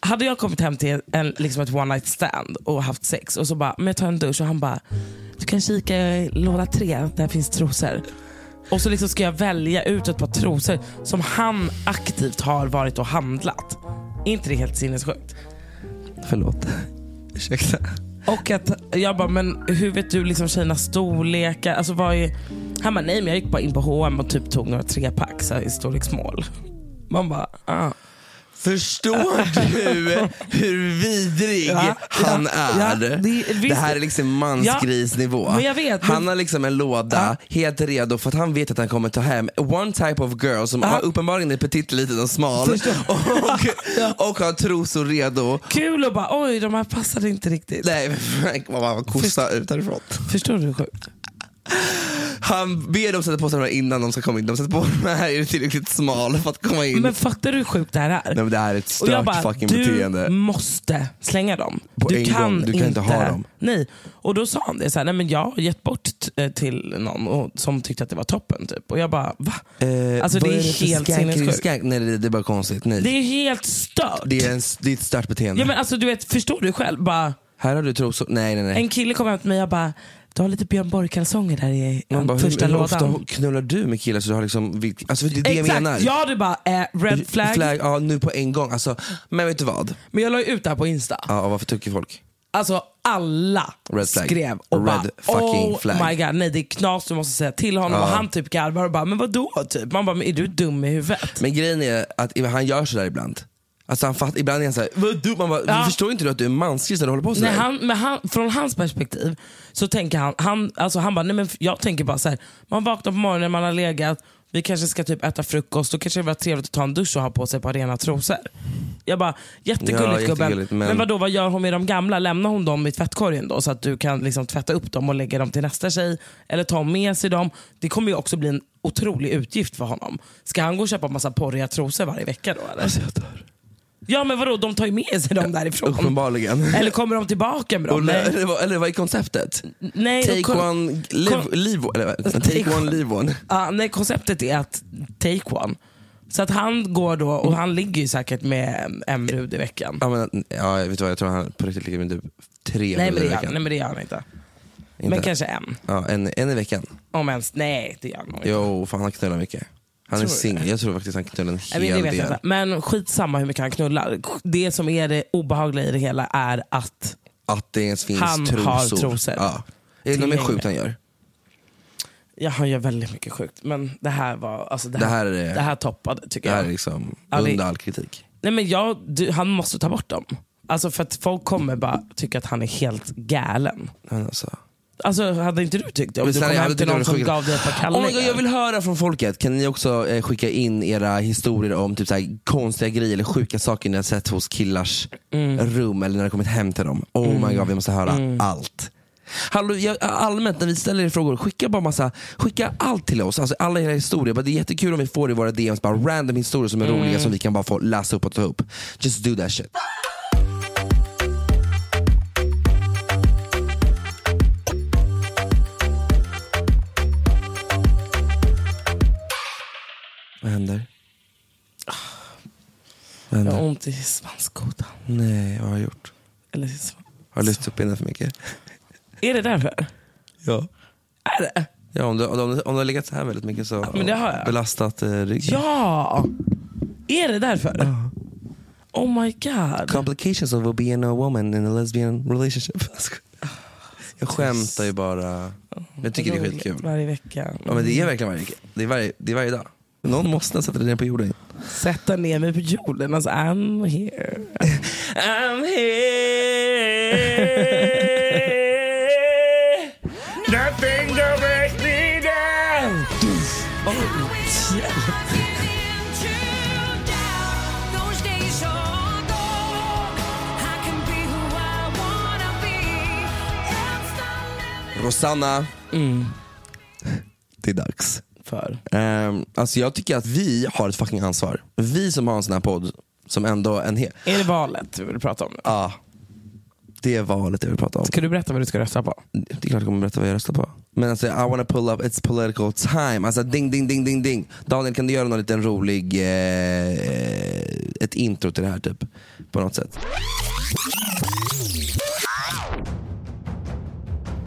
S3: hade jag kommit hem till en, liksom ett one night stand och haft sex och så bara, men jag tar en dusch och han bara, du kan kika i låda tre, där finns trosor. Och så liksom ska jag välja ut ett par trosor som han aktivt har varit och handlat. Är inte det helt sinnessjukt?
S4: Förlåt. [LAUGHS] Ursäkta.
S3: Och att jag bara, men hur vet du liksom tjejernas storlekar? Alltså vad är... Han bara, nej men jag gick bara in på H&M och typ tog några trepack så här i storleksmål. Man bara, ah.
S4: Förstår
S3: [LAUGHS]
S4: du hur vidrig
S3: Ja,
S4: han
S3: ja,
S4: är?
S3: ja, det-
S4: det,
S3: visst.
S4: här är liksom mansgrisnivå.
S3: Ja, men jag vet, men-
S4: han har liksom en låda helt redo för att han vet att han kommer ta hem one type of girl som har uppenbarligen är petit, liten och smal [LAUGHS] och, och har trosor redo.
S3: Kul och bara, oj de här passade inte riktigt.
S4: Nej, man bara kossa ut härifrån.
S3: Förstår du hur sjukt?
S4: Han ber dem sätta på sig de här innan de ska komma in. De sätter på de här, är du tillräckligt smal för att komma in?
S3: Men fattar du hur sjukt det här är?
S4: Nej, men det här är ett
S3: och jag
S4: stört
S3: bara,
S4: fucking
S3: du
S4: beteende.
S3: måste slänga dem.
S4: På en gång, du kan inte ha dem.
S3: Nej, och då sa han det så här, nej men jag har gett bort eh, till någon och, som tyckte att det var toppen typ. Och jag bara, va?
S4: Eh,
S3: alltså
S4: vad
S3: det är,
S4: för
S3: helt
S4: skank? Är det
S3: sinnessjukt.
S4: skank? Nej det, det är bara konstigt. Nej.
S3: Det är helt stört.
S4: Det är, en, det är ett stört beteende.
S3: Ja men alltså du vet, förstår du själv? Bara,
S4: Här har du trosor. Nej nej nej.
S3: en kille kom hem till mig och bara, du har lite Björn Borg-kalsonger där i
S4: Man bara,
S3: första
S4: hur, hur
S3: lådan.
S4: ofta knullar du med killar så du har liksom... vilk- Alltså det är det jag
S3: Exakt,
S4: menar.
S3: ja du bara, eh, red flag.
S4: ja, nu på en gång. Alltså, men vet du vad?
S3: Men jag la ju ut det här på Insta.
S4: Ja, varför tycker folk?
S3: Alltså alla
S4: Red flag.
S3: skrev och
S4: Red
S3: bara
S4: fucking
S3: oh
S4: flag."
S3: my god, nej det är knas du måste säga till honom. Och han typ garvar och bara, men vadå? Typ. Man bara, men är du dum i huvudet?
S4: Men grejen är att han gör sådär ibland. Alltså han fatt, ibland är han såhär, vad du? Man bara,
S3: Ja.
S4: förstår inte du att du är mansgris när du håller på sådär?
S3: Nej, han, men han, från hans perspektiv så tänker han, han, alltså han bara, nej men jag tänker bara så här. man vaknar på morgonen, man har legat, vi kanske ska typ äta frukost, då kanske det var trevligt att ta en dusch och ha på sig ett par rena trosor. Jag bara, jättegulligt
S4: Ja,
S3: gubben,
S4: jättegulligt,
S3: men...
S4: men-
S3: vadå vad gör hon med de gamla? Lämnar hon dem i tvättkorgen då så att du kan liksom tvätta upp dem och lägga dem till nästa tjej? Eller ta med sig dem? Det kommer ju också bli en otrolig utgift för honom. Ska han gå och köpa massa porriga trosor varje vecka då eller?
S4: Alltså, jag dör.
S3: Ja men vadå, de tar ju med sig dem därifrån.
S4: Uppenbarligen.
S3: Eller kommer de tillbaka med
S4: Och,
S3: dem?
S4: eller,
S3: Nej.
S4: eller, vad- eller vad är konceptet?
S3: Nej,
S4: take,
S3: då kon-
S4: one, live,
S3: kon-
S4: live, eller, vad?
S3: Alltså,
S4: take one, leave one.
S3: Ja, nej, konceptet är att take one. Så att han går då, och han ligger ju säkert med en- en brud i veckan.
S4: Ja, men, ja, vet du vad, jag tror han på riktigt ligger med typ tre
S3: Nej
S4: brudar
S3: men,
S4: i
S3: det gör,
S4: veckan.
S3: nej men det gör han inte.
S4: Inte.
S3: Men kanske en.
S4: Ja, en, en i veckan.
S3: Om ens, nej det gör han nog inte.
S4: Jo, fan han knullar mycket. Han är
S3: Tror du
S4: singel, jag tror faktiskt han knullar en
S3: Nej, men, det
S4: hel
S3: vet jag
S4: del.
S3: inte. men skitsamma hur mycket han knullar. Det som är det obehagliga i det hela är att,
S4: Att det ens finns
S3: Han
S4: trosor.
S3: har trosor.
S4: Ja. Är det något mer
S3: Tillgängligt.
S4: sjukt han gör?
S3: ja han gör väldigt mycket sjukt. Men det här var, alltså det
S4: Det
S3: här,
S4: här är det-
S3: det här toppade tycker
S4: Det här
S3: jag.
S4: är liksom
S3: Ja, det-
S4: under all kritik.
S3: Nej men jag, du, han måste ta bort dem. Alltså för att folk kommer bara tycka att han är helt galen.
S4: Men alltså.
S3: Alltså hade inte du tyckt det? Om
S4: Men
S3: du kom
S4: snälla, jag hade
S3: hem till
S4: tyckt det
S3: någon
S4: var
S3: som
S4: sjukt.
S3: gav dig ett par
S4: Oh my
S3: kallingar.
S4: God, jag vill höra från folket, kan ni också eh, skicka in era historier om typ så här, konstiga grejer eller sjuka saker ni har sett hos killars
S3: Mm.
S4: rum eller när det kommit hem till dem. Oh my god, vi måste höra allt. Hallå, jag, allmänt när vi ställer er frågor, skicka bara massa, skicka allt till oss. Alltså alla era historier. Bara, Det är jättekul om vi får i våra DMs bara random historier som är
S3: Mm.
S4: roliga som vi kan bara få läsa upp och ta upp. Just do that shit. Vad händer? Vad
S3: Jag har
S4: händer?
S3: ont i svanskotan.
S4: Nej, vad har jag gjort?
S3: Eller i svan-
S4: Har jag lyft upp benen för mycket?
S3: Är det därför?
S4: Ja.
S3: Är det?
S4: Ja, om, du, om, du, om du har legat så här väldigt mycket så
S3: men det har jag.
S4: belastat eh, ryggen.
S3: Ja! Är det därför? Oh my god.
S4: Complications of being a woman in a lesbian relationship. [LAUGHS] Jag skämtar ju bara. Men jag tycker det är
S3: Roligt
S4: skitkul.
S3: Varje vecka.
S4: Ja, men det är verkligen varje vecka. Det är varje, det är varje dag. Någon måste sätta dig ner på jorden.
S3: Sätta ner mig på jorden. Alltså, I'm here. I'm here. Nothing to break me down. Oh, yeah.
S4: Rosanna.
S3: Mm.
S4: Det är dags.
S3: För.
S4: Ehm, alltså jag tycker att vi har ett fucking ansvar. Vi som har en sån här podd, som ändå en hel...
S3: Är det valet du vill prata om? nu?
S4: Ja, det är valet jag vill prata om.
S3: Ska du berätta vad du ska rösta på?
S4: Det är klart jag kommer berätta vad jag röstar på. Men alltså, I wanna pull up, it's political time. Alltså ding, ding, ding, ding, ding. Daniel, kan du göra någon liten rolig, eh, ett intro till det här typ? På något sätt.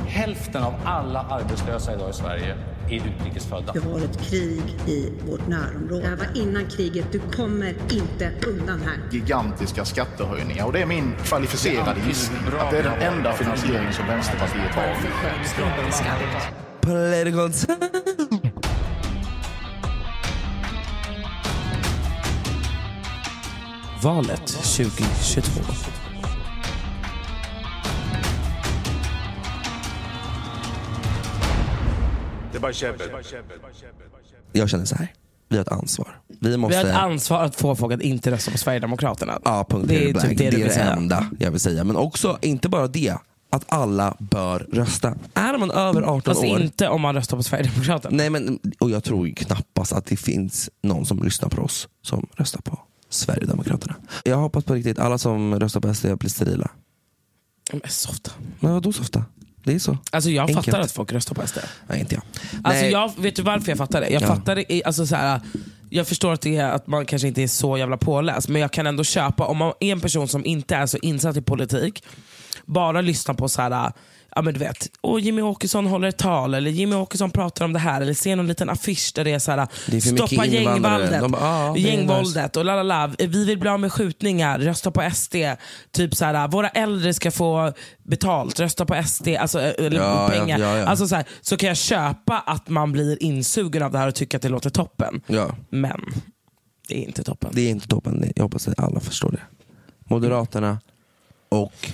S5: Hälften av alla arbetslösa idag i Sverige är utrikesfödda.
S6: Vi har ett krig i vårt närområde. Det här var innan kriget. Du kommer inte undan här.
S7: gigantiska skattehöjningar. Och det är min kvalificerade gissning att det är den enda finansiering som Vänsterpartiet har.
S4: Political time.
S3: Valet 2022.
S4: Jag känner så här. vi har ett ansvar. Vi
S3: Vi
S4: måste...
S3: har ett ansvar att få folk att inte rösta på Sverigedemokraterna.
S4: Ja, punkt
S3: det är
S4: black.
S3: typ det du
S4: det, är
S3: vill
S4: det
S3: säga.
S4: enda jag vill säga. Men också, inte bara det, att alla bör rösta. Är man över 18
S3: Fast
S4: år,
S3: inte om man röstar på Sverigedemokraterna.
S4: nej men, och jag tror ju knappast att det finns någon som lyssnar på oss som röstar på Sverigedemokraterna. Jag hoppas på riktigt, alla som röstar på SD blir sterila.
S3: Men softa.
S4: Men vadå så ofta? Det är så.
S3: Alltså jag
S4: Mm. Enkelt.
S3: fattar att folk röstar på SD.
S4: Nej, inte jag.
S3: Alltså
S4: nej,
S3: jag, vet du varför jag fattar det? Jag,
S4: Ja.
S3: fattar det i- alltså så här, jag förstår att, det är, att man kanske inte är så jävla påläst, men jag kan ändå köpa om man är en person som inte är så insatt i politik, bara lyssna på så här, ja, men du vet, och Jimmy Åkesson håller ett tal, eller Jimmy Åkesson pratar om det här, eller ser någon liten affisch där det är så här,
S4: Det är för mycket
S3: stoppa
S4: invandrare."
S3: gängvåldet,
S4: De bara, "Ah, det är
S3: gängvåldet och la la la, vi vill bli av med skjutningar, rösta på SD, typ så här, våra äldre ska få betalt, rösta på SD, alltså, eller
S4: Ja, ja,
S3: pengar.
S4: ja, ja.
S3: Alltså, så, här, så kan jag köpa att man blir insugen av det här och tycker att det låter toppen.
S4: Ja.
S3: Men det är inte toppen.
S4: Det är inte toppen, jag hoppas att alla förstår det. Moderaterna och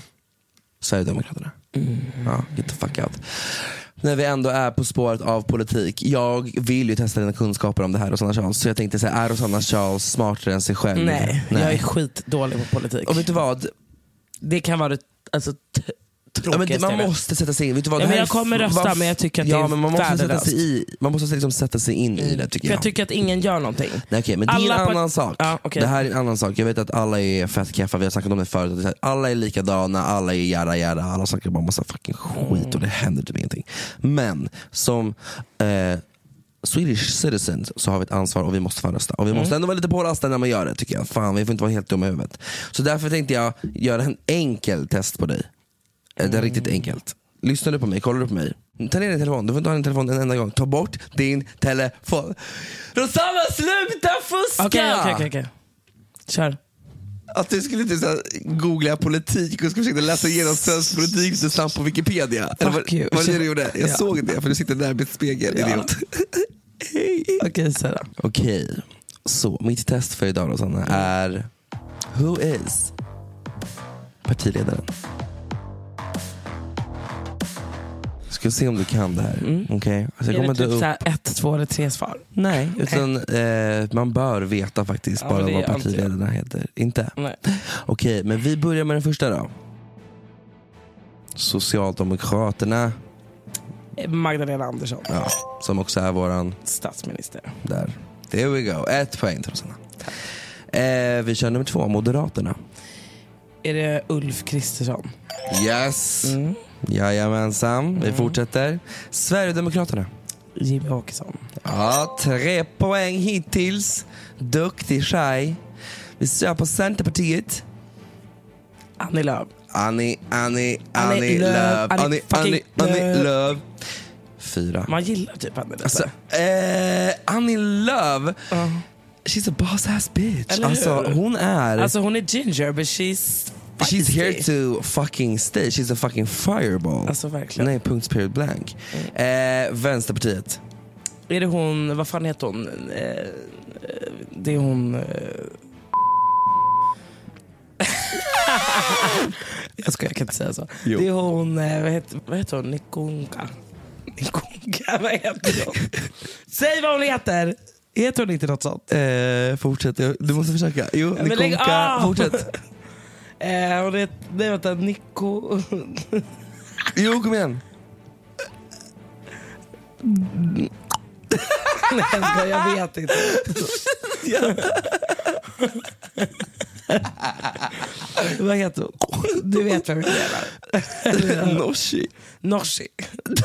S4: Sverigedemokraterna.
S3: Mm.
S4: Ja, get the fuck out. När vi ändå är på spåret av politik. Jag vill ju testa dina kunskaper om det här Rosanna Charles. Så jag tänkte så här, är Rosanna Charles smartare än sig själv?
S3: Nej, jag är skitdålig på politik.
S4: Och vet du vad?
S3: Det kan vara det alltså, t-
S4: Ja, men det-
S3: tråkigaste
S4: man
S3: vet.
S4: måste sätta sig in. Vet du vad?
S3: Ja,
S4: Det
S3: men
S4: här
S3: jag
S4: är
S3: kommer
S4: f-
S3: rösta,
S4: vad f-
S3: men jag tycker att det
S4: ja,
S3: är
S4: men man måste sätta
S3: värdelöst.
S4: sig i. Man måste liksom sätta sig in i det tycker
S3: För jag
S4: jag.
S3: tycker att ingen gör någonting.
S4: Nej, okej, men det är
S3: Alla
S4: en
S3: par-
S4: annan sak.
S3: Ja, okej.
S4: Det här är en annan sak. Jag vet att alla är fett keffa, vi har snackat om det förut. Att det är så här, Alla är likadana, alla är jada jada, alla snackar bara massa fucking skit
S3: Mm.
S4: och det händer typ ingenting. Men som eh, Swedish citizens så har vi ett ansvar och vi måste fan rösta. Och vi
S3: Mm.
S4: måste ändå vara lite pålastade när man gör det tycker jag. Fan, vi får inte vara helt dumma i huvudet. Så därför tänkte jag göra en enkel test på dig. Eh, Det är riktigt enkelt. Lyssnar du på mig? Kollar du på mig? Ta ner din telefon, du får inte ha din telefon en enda gång. Ta bort din telefon. Rosanna sluta fuska!
S3: Okej, okej, okej, okej. Kör.
S4: Att du skulle typ såhär, googla politik och skulle försöka läsa igenom svensk politik så snabbt på Wikipedia. Eller vad,
S3: you.
S4: vad är det du gjorde? Jag
S3: Ja.
S4: såg det för du sitter där med spegeln
S3: Ja. [LAUGHS]
S4: idiot.
S3: Okej, Sara. Mm.
S4: Okej, så mitt test för idag Rosanna är Who is partiledaren? Ska se om du kan det här. Okej? Alltså,
S3: Är
S4: jag kommer
S3: det
S4: inte
S3: Mm. typ
S4: upp-
S3: så här ett, två eller tre svar?
S4: Nej, utan eh, man bör veta faktiskt
S3: Ja,
S4: bara
S3: men det
S4: vad
S3: är alltid-
S4: partiledarna heter. Inte?
S3: Nej.
S4: Okej, men vi börjar med den första då. Socialdemokraterna,
S3: Magdalena Andersson,
S4: ja, som också är våran
S3: statsminister.
S4: där. There we go, ett poäng till Rosanna. Eh, vi kör nummer två, Moderaterna.
S3: Är det Ulf Kristersson?
S4: Yes! Mm. Jajamensan, vi fortsätter. Sverigedemokraterna.
S3: Jimmy Åkesson?
S4: Ja, tre poäng hittills. Duktig tjej. Vi kör på Centerpartiet.
S3: Annie Lööf?
S4: Annie, Annie,
S3: Annie
S4: Annie,
S3: Lööf,
S4: Lööf.
S3: Annie
S4: Annie,
S3: fucking
S4: Annie, Annie
S3: Lööf.
S4: Lööf. fyra.
S3: Man gillar typ henne lite.
S4: Alltså, eh, Annie Lööf, she's a boss ass bitch.
S3: Eller
S4: Alltså,
S3: hur?
S4: hon är...
S3: Alltså hon är ginger but she's
S4: She's here
S3: feisty.
S4: to fucking stay. She's a fucking fireball.
S3: Alltså, verkligen. Mm.
S4: Nej, punkt period blank. Eh, Vänsterpartiet.
S3: Är det hon, vad fan heter hon? Eh, eh, Det är
S4: [LAUGHS]
S3: hon... eh. [LAUGHS] jag skojar, jag kan inte säga så.
S4: Jo.
S3: Det är hon, eh, vad heter, vad heter hon? Nikonka. Nikonka, vad heter hon? Säg vad hon heter! Heter hon inte något sånt?
S4: Eh, fortsätt, Jag- du måste försöka. Jo,
S3: Men lägg
S4: Nikonka,
S3: av!
S4: fortsätt.
S3: [LAUGHS] Eh, hon heter, nej vänta, Niko... [LAUGHS]
S4: Jo, kom igen.
S3: Nej jag skojar, jag vet inte. Vad heter hon?
S4: [LAUGHS]
S3: Du vet vem jag menar.
S4: Nooshi
S3: Norsi.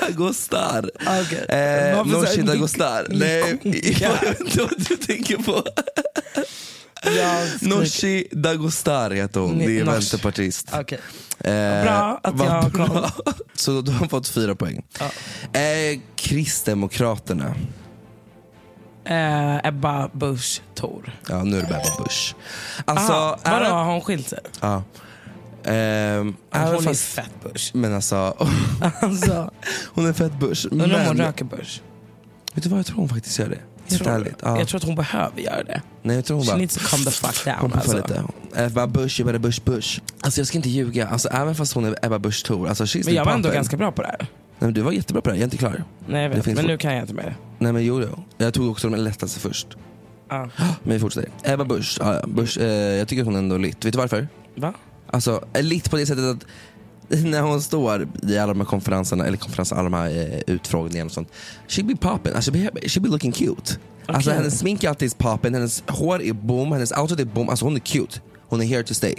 S4: Dagostar.
S3: Okej.
S4: Eh,
S3: Varför
S4: Nooshi
S3: säger du
S4: Dagostar. Nej,
S3: Nikonka?
S4: jag vet inte vad du tänker på. Nooshi Dagostar heter hon.
S3: Ni-
S4: Det är
S3: Nooshi.
S4: vänsterpartist.
S3: Okej.
S4: Eh,
S3: Bra att
S4: vad
S3: jag
S4: bra.
S3: kom.
S4: [LAUGHS] Så då har han fått fyra poäng. Eh, Kristdemokraterna.
S3: Eh, Ebba Busch Thor.
S4: Ja, nu är det Ebba Busch. Alltså,
S3: Aha, vadå,
S4: även-
S3: har hon skilt sig?
S4: Ja. Ehm, även
S3: Hon är
S4: eh, fast- [LAUGHS]
S3: fett Busch.
S4: Men alltså, [LAUGHS]
S3: Alltså,
S4: hon är fett börs.
S3: undrar om hon
S4: Men,
S3: röker Busch.
S4: vet du vad, jag tror hon faktiskt gör det. Helt
S3: Tror-
S4: ärligt. Ja.
S3: Jag tror att hon behöver göra det.
S4: Nej, jag tror hon
S3: She
S4: bara...
S3: needs to come the fuck down,
S4: Hon puffar
S3: alltså.
S4: lite. Ebba Busch, Ebba Busch, Busch. Alltså jag ska inte ljuga, alltså, även fast hon är Ebba Busch Thor. Alltså, she's
S3: Men jag var
S4: the
S3: ändå
S4: pumping.
S3: ganska bra på det här.
S4: Nej, men du var jättebra på det här, jag är inte klar.
S3: Nej, jag
S4: Det
S3: vet,
S4: finns
S3: men
S4: folk-
S3: nu kan jag inte med det.
S4: Nej men jo, jo. Jag tog också de lättaste först.
S3: Ah.
S4: [GASPS] Men vi fortsätter. Ebba Busch, ja, ja. Busch eh, jag tycker att hon är ändå lit. Vet du varför?
S3: Va?
S4: Alltså eh, lit på det sättet att [LAUGHS] när hon står i alla de här konferenserna, eller konferenser, alla de här eh, utfrågningarna och sånt. She be popping, alltså, she, be, she be looking cute. Alltså
S3: Okej.
S4: hennes smink är alltid popping, hennes hår är boom, hennes outfit är boom. Alltså hon är cute. Hon är here to stay.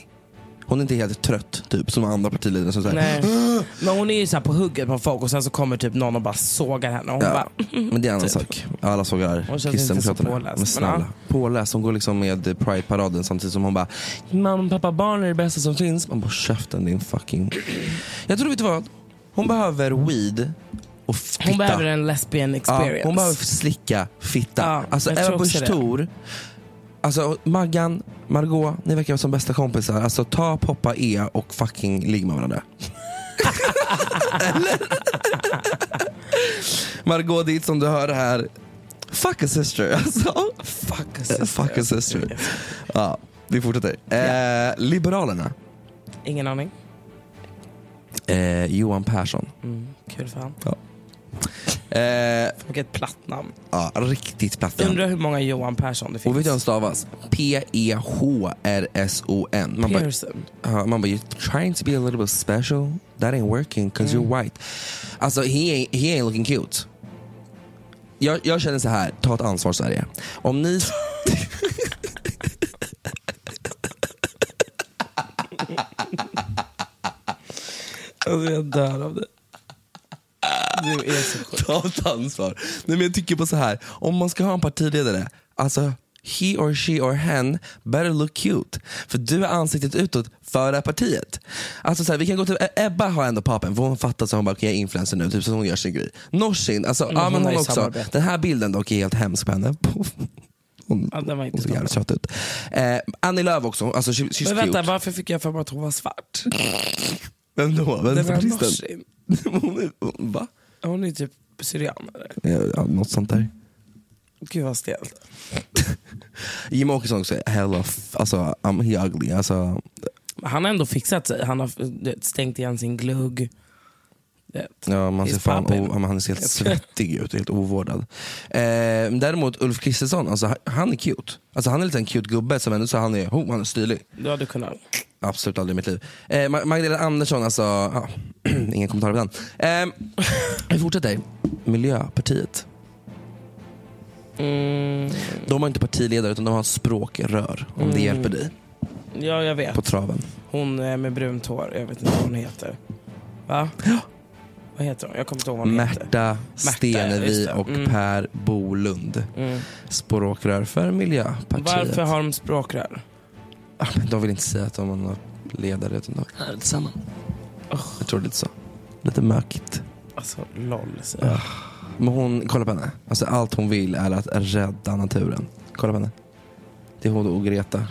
S4: Hon är inte helt trött typ som andra partiledare som
S3: Nej.
S4: säger
S3: Men hon är ju så här på hugget på folk och sen så kommer typ någon och bara sågar henne. Och hon
S4: Ja,
S3: bara,
S4: men det är en
S3: Typ.
S4: annan sak. Alla sågar
S3: Hon känns inte
S4: Kristdemokraterna.
S3: så påläst,
S4: Men snälla.
S3: men
S4: Påläst. Hon går liksom med Pride-paraden samtidigt som hon bara Mamma, pappa, barn är det bästa som finns. Man bara käften din fucking... Jag tror vet du vad? Hon behöver weed och fitta.
S3: hon behöver en lesbian experience.
S4: Ja, hon behöver slicka fitta.
S3: Ja,
S4: alltså
S3: jag tror
S4: Ebba
S3: också
S4: Busch
S3: det.
S4: Thor. Alltså Maggan, Margot, ni verkar vara som bästa kompisar. Alltså ta, poppa E och fucking ligg med varandra. [LAUGHS] Eller? Margot dit som du hör här. Fuck a sister alltså.
S3: Fuck a
S4: Eh,
S3: sister.
S4: Fuck a sister. Ja, vi fortsätter. Eh, Liberalerna.
S3: Ingen aning.
S4: Eh, Johan Persson.
S3: Mm. Kul för han.
S4: Eh,
S3: Vilket platt namn.
S4: ja, riktigt platt namn.
S3: Undrar hur många Johan Persson det finns.
S4: Och vet du hur den stavas? E P-E-H-R-S-O-N. Man bara,
S3: Pearson.
S4: ja, man bara, you're trying to be a little bit special. That ain't working because you're white. Alltså, he ain't, he ain't looking cute. Jag, jag känner så här, ta ett ansvar Sverige. Om ni...
S3: Alltså jag dör av det. Du är så sjuk.
S4: ta ett ansvar. Nej, men jag tycker på så här, om man ska ha en partiledare, alltså he or she or hen better look cute. För du är ansiktet utåt för det här partiet. Alltså så här, vi kan gå till, Ebba har ändå papen, för hon fattar så hon bara, okej jag är influencer nu, typ så hon gör sin grej. Norsin, alltså, ja,
S3: hon har
S4: men hon
S3: ju
S4: också.
S3: samarbete.
S4: Den här bilden dock är helt hemsk på henne. Hon,
S3: Ja, den var inte
S4: hon ser
S3: så
S4: jävligt trött ut. Eh, Annie Lööf också, alltså she, she's
S3: Men vänta,
S4: cute.
S3: varför fick jag för mig att hon var svart?
S4: Vem då?
S3: Det var
S4: Vänsterpartisten?
S3: Nooshi.
S4: [LAUGHS] Hon är- hon- Va?
S3: Hon är ju typ syrianare.
S4: Eh, Ja, något sånt där.
S3: Gud vad stelt.
S4: [LAUGHS] Jim Åkesson också, hell of, alltså I'm he ugly. Alltså,
S3: Han har ändå fixat sig. Han har eh, du vet, stängt igen sin glugg. Du vet.
S4: ja, man ser
S3: He's
S4: fan,
S3: popping.
S4: o, han ser helt svettig ut, helt ovårdad. Eh, men däremot Ulf Kristersson, alltså, han- han är cute. Alltså, han är lite en cute gubbe som ändå så han är, oh, han är stilig.
S3: Du hade kunnat.
S4: Absolut aldrig i mitt liv. Eh, Ma- Magdalena Andersson, alltså, ja, [CLEARS THROAT] ingen kommentar på den.
S3: [LAUGHS]
S4: Eh, vi fortsätter. Miljöpartiet.
S3: Mm,
S4: De har inte partiledare utan de har språkrör, om det hjälper dig,
S3: ja, jag vet.
S4: på traven.
S3: Hon eh, med brunt hår. Jag vet inte vad hon heter. Va? Vad heter hon? Jag kommer inte ihåg vad hon heter.
S4: Märta
S3: just
S4: Stenevi
S3: det.
S4: och
S3: Mm.
S4: Per Bolund.
S3: Mm.
S4: språkrör för Miljöpartiet.
S3: Varför har de språkrör?
S4: Ah, men De vill inte säga att de har några ledare utan de är detsamma. Jag tror det är lite så. Lite mökigt.
S3: Alltså LOL säger jag.
S4: Men hon, kolla på henne. Alltså, allt hon vill är att rädda naturen. Kolla på henne. Det är hon och Greta.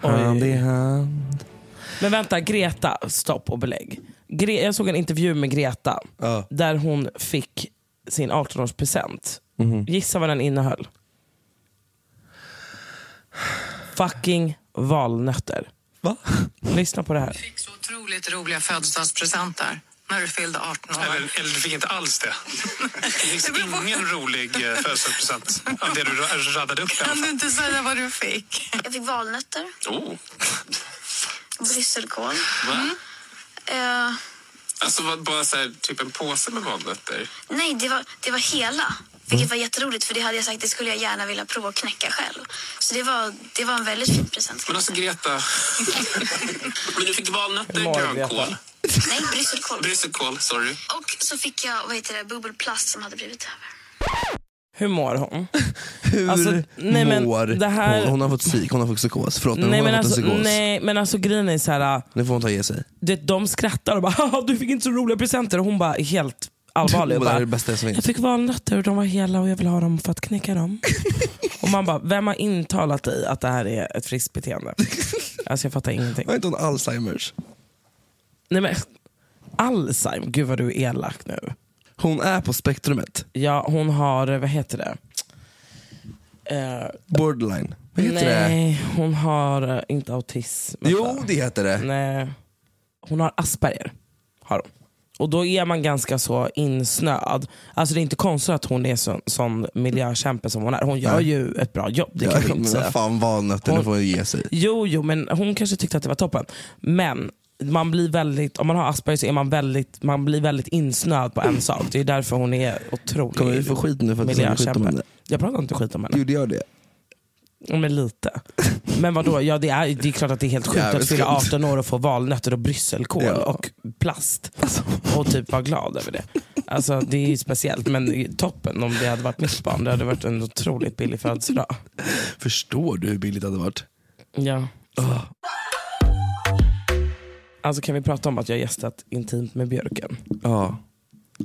S4: Hand i hand.
S3: Men vänta, Greta, stopp och belägg. Gre- jag såg en intervju med Greta där hon fick sin 18-årspresent.
S4: Mhm.
S3: Gissa vad den innehöll? Fucking valnötter.
S4: Va?
S3: Lyssna på det här.
S8: Otroligt roliga födelsedagspresenter när du fyllde 18 år.
S9: Eller, eller du fick inte alls det. Det finns ingen rolig eh, födelsedagspresent av det du ra- radade upp.
S8: Kan du inte säga vad du fick?
S10: Jag fick valnötter,
S9: Oh.
S10: brysselkål. Mm.
S11: Va?
S10: Eh,
S11: Alltså vad, bara så här, typ en påse med valnötter? Mm.
S10: nej, det var, det var hela. Vilket var jätteroligt för det hade jag sagt det skulle jag gärna vilja prova att knäcka själv. Så det var, det var en väldigt fin present.
S11: Men alltså Greta. Men du fick valnötter,
S10: Mår, Greta.
S11: grönkål.
S10: Nej, brysselkål.
S11: Brysselkål, sorry.
S10: Och så fick jag vad heter det, bubbelplast som hade blivit över.
S3: Hur mår hon?
S4: Hur
S3: Alltså, nej, men
S4: mår
S3: det här-
S4: hon? Hon har fått psyk, hon har fått psykos. Förlåt, men
S3: nej,
S4: hon
S3: men
S4: har fått
S3: alltså,
S4: en psykos.
S3: nej men alltså grejen är så här,
S4: Nu får hon ta ge sig.
S3: du vet, de skrattar och bara "Haha, du fick inte så roliga presenter. Och hon bara helt allvarlig.
S4: Hon
S3: Och
S4: bara, det här
S3: bara,
S4: är det bästa som
S3: jag
S4: finns.
S3: fick valnötter och de var hela och jag vill ha dem för att knäcka
S4: [LAUGHS]
S3: dem. och man bara, vem har intalat dig att det här är ett friskt beteende? alltså jag fattar ingenting.
S4: Har inte hon Alzheimers?
S3: Nej, men, Alzheimer, gud vad du är elak nu.
S4: Hon är på spektrumet.
S3: Ja, hon har, vad heter det? Eh,
S4: Borderline. Vad heter
S3: nej, hon har eh, inte autism. alltså.
S4: det? Jo, det heter det.
S3: Nej. eh, Hon har Asperger. Har hon. Och då är man ganska så insnöad. Alltså det är inte konstigt att hon är så, sån miljökämpe som hon är. Hon gör
S4: Nej.
S3: ju ett bra jobb, det kan
S4: ja,
S3: vi
S4: men
S3: inte säga.
S4: Fan valnötter, nu
S3: Hon-
S4: får hon ge sig.
S3: Jo, jo, men hon kanske tyckte att det var toppen. Men man blir väldigt, om man har Asperger så är man väldigt, man blir väldigt insnöad på en sak. Det är därför hon är otrolig
S4: Kommer vi få skit nu för att vi snackar skit om henne?
S3: Jag pratar inte skit om henne.
S4: Gjorde jag det?
S3: Ja, Men lite. Men vadå, ja, det, är, det är klart att det är helt sjukt
S4: Jävligt
S3: att fylla
S4: sjukt.
S3: 18 år och få valnötter och brysselkål
S4: Ja. Alltså.
S3: och plast. Och typ vara glad över det. Alltså Det är ju speciellt men toppen om det hade varit mitt barn. Det hade varit en otroligt billig födelsedag.
S4: Förstår du hur billigt det hade varit?
S3: Ja. Alltså kan vi prata om att jag gästat intimt med Björken?
S4: Ja.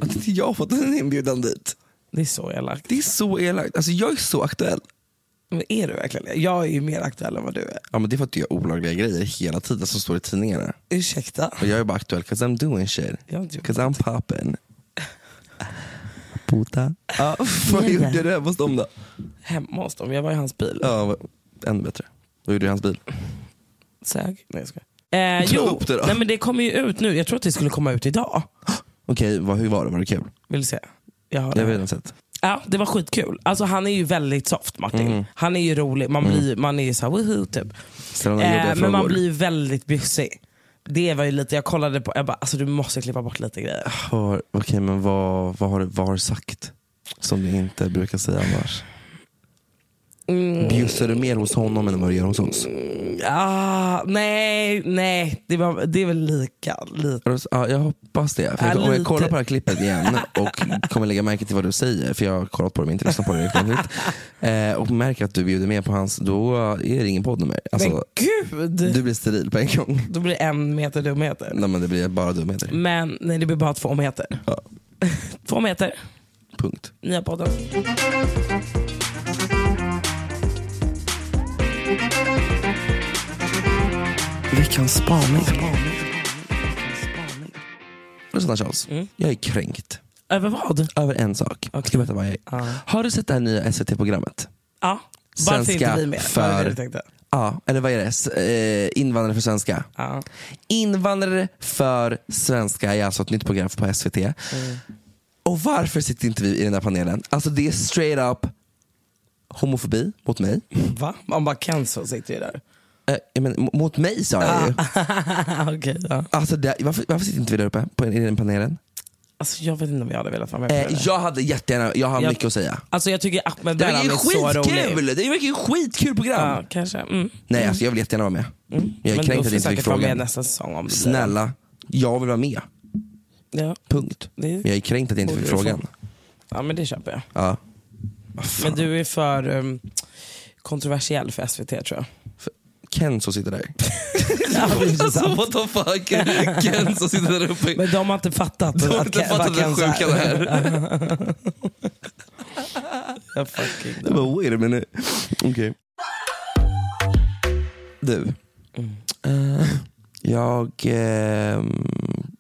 S4: Att inte jag har fått en inbjudan dit.
S3: Det är så elakt.
S4: Det är så elakt. Alltså jag är så aktuell.
S3: Men är du verkligen det? Jag är ju mer aktuell än vad du är.
S4: Ja men det är för att du gör olagliga grejer hela tiden som står i tidningarna.
S3: Ursäkta?
S4: Och jag är bara aktuell 'cause I'm doing shit.
S3: Jag gjorde
S4: 'Cause I'm poppin. Puta. Ja, [LAUGHS] vad
S3: Nej,
S4: gjorde
S3: nej.
S4: du hemma hos dem då?
S3: Hemma hos dem, jag var i hans bil.
S4: Ja, vad- ännu bättre. Vad gjorde du i hans bil?
S3: Sög. Nej jag skojar. Eh,
S4: Ta
S3: jo,
S4: upp det då.
S3: nej, men det kommer ju ut nu. Jag tror att det skulle komma ut idag.
S4: Okej, vad, hur var det? Var det kul?
S3: Vill du se? Jag har
S4: Jag
S3: det.
S4: har redan sett.
S3: Ja, det var skitkul. Alltså, han är ju väldigt soft Martin.
S4: Mm.
S3: Han är ju rolig. Man, blir, man är ju såhär woho typ. Eh,
S4: Ställer några jobbiga
S3: men man
S4: frågor.
S3: blir ju väldigt bjussig. Det var ju lite, jag kollade på, jag bara alltså du måste klippa bort lite grejer.
S4: Har- Okej, men vad, vad, har, du- vad har du sagt? Som du inte brukar säga annars.
S3: Mm.
S4: Bjussar du mer hos honom än vad du gör hos oss?
S3: Ah, nej, nej. Det, var, det är väl lika. lite.
S4: Ja, jag hoppas det. För
S3: Ja,
S4: jag, om
S3: lite.
S4: jag kollar på det här klippet igen och kommer lägga märke till vad du säger, för jag har kollat på det men inte lyssnat på det riktigt, eh, och märker att du bjuder med på hans, då är det ingen podd mer. Alltså,
S3: Gud!
S4: du blir steril på en gång.
S3: Då blir det en meter dumheter.
S4: Nej, men det blir bara dumheter.
S3: Men nej, det blir bara två meter.
S4: Ja.
S3: två meter,
S4: Punkt.
S3: nya podden.
S4: Veckans spaning. Rosanna Charles,
S3: Mm.
S4: jag är kränkt.
S3: Över vad?
S4: Över en sak. Ska jag berätta vad jag är? Har du sett det här nya SVT-programmet?
S3: Ja, varför
S4: Svenska
S3: inte vi med? Vad var det du
S4: för-
S3: tänkte?
S4: Ja, eller vad är det? S- eh, invandrare för svenska.
S3: Ja.
S4: Invandrare för svenska är alltså ett nytt program på SVT.
S3: Mm.
S4: Och varför sitter inte vi i den här panelen? Alltså det är straight up homofobi mot mig.
S3: Va? Man bara cancel sitter ju
S4: [LAUGHS]
S3: där.
S4: Eh, jag menar, m- mot mig sa jag
S3: Ah.
S4: ju.
S3: Okej, ja.
S4: Alltså det, varför, varför sitter inte vi där uppe på, i den panelen?
S3: alltså, jag vet inte om jag hade velat vara med på det.
S4: Eh, jag hade jättegärna, jag har
S3: Jag-
S4: mycket att säga.
S3: Alltså jag tycker Ahmed
S4: Det verkar
S3: Beran
S4: ju
S3: är så rolig.
S4: skitkul! Det verkar ju skitkul program!
S3: Ja, kanske. Mm.
S4: Nej alltså jag vill jättegärna vara med. Jag är
S3: Men då
S4: kränkt
S3: får
S4: att jag inte fick
S3: säkert vara med
S4: frågan.
S3: nästa säsong om det blir.
S4: Snälla, jag vill vara med.
S3: Ja.
S4: Punkt.
S3: Det-
S4: Men jag är kränkt att jag inte
S3: borde
S4: fick
S3: du
S4: frågan.
S3: få. ja, men det köper jag.
S4: Ja.
S3: Men du ehm, är för um, kontroversiell för SVT tror jag. [LAUGHS]
S4: Kenzo sitter där.
S12: alltså what the fuck. Ken som sitter där uppe.
S3: Men de har inte
S12: [LAUGHS]
S3: fattat.
S12: De har
S3: vad
S12: inte
S3: Ken-
S12: fattat
S3: vad
S12: hur
S3: Ken sa.
S12: sjuka det
S3: [LAUGHS]
S12: här.
S3: Jag fucking
S4: Jag bara, wait a minute. Okej. Du.
S3: Mm.
S4: Eh, jag eh,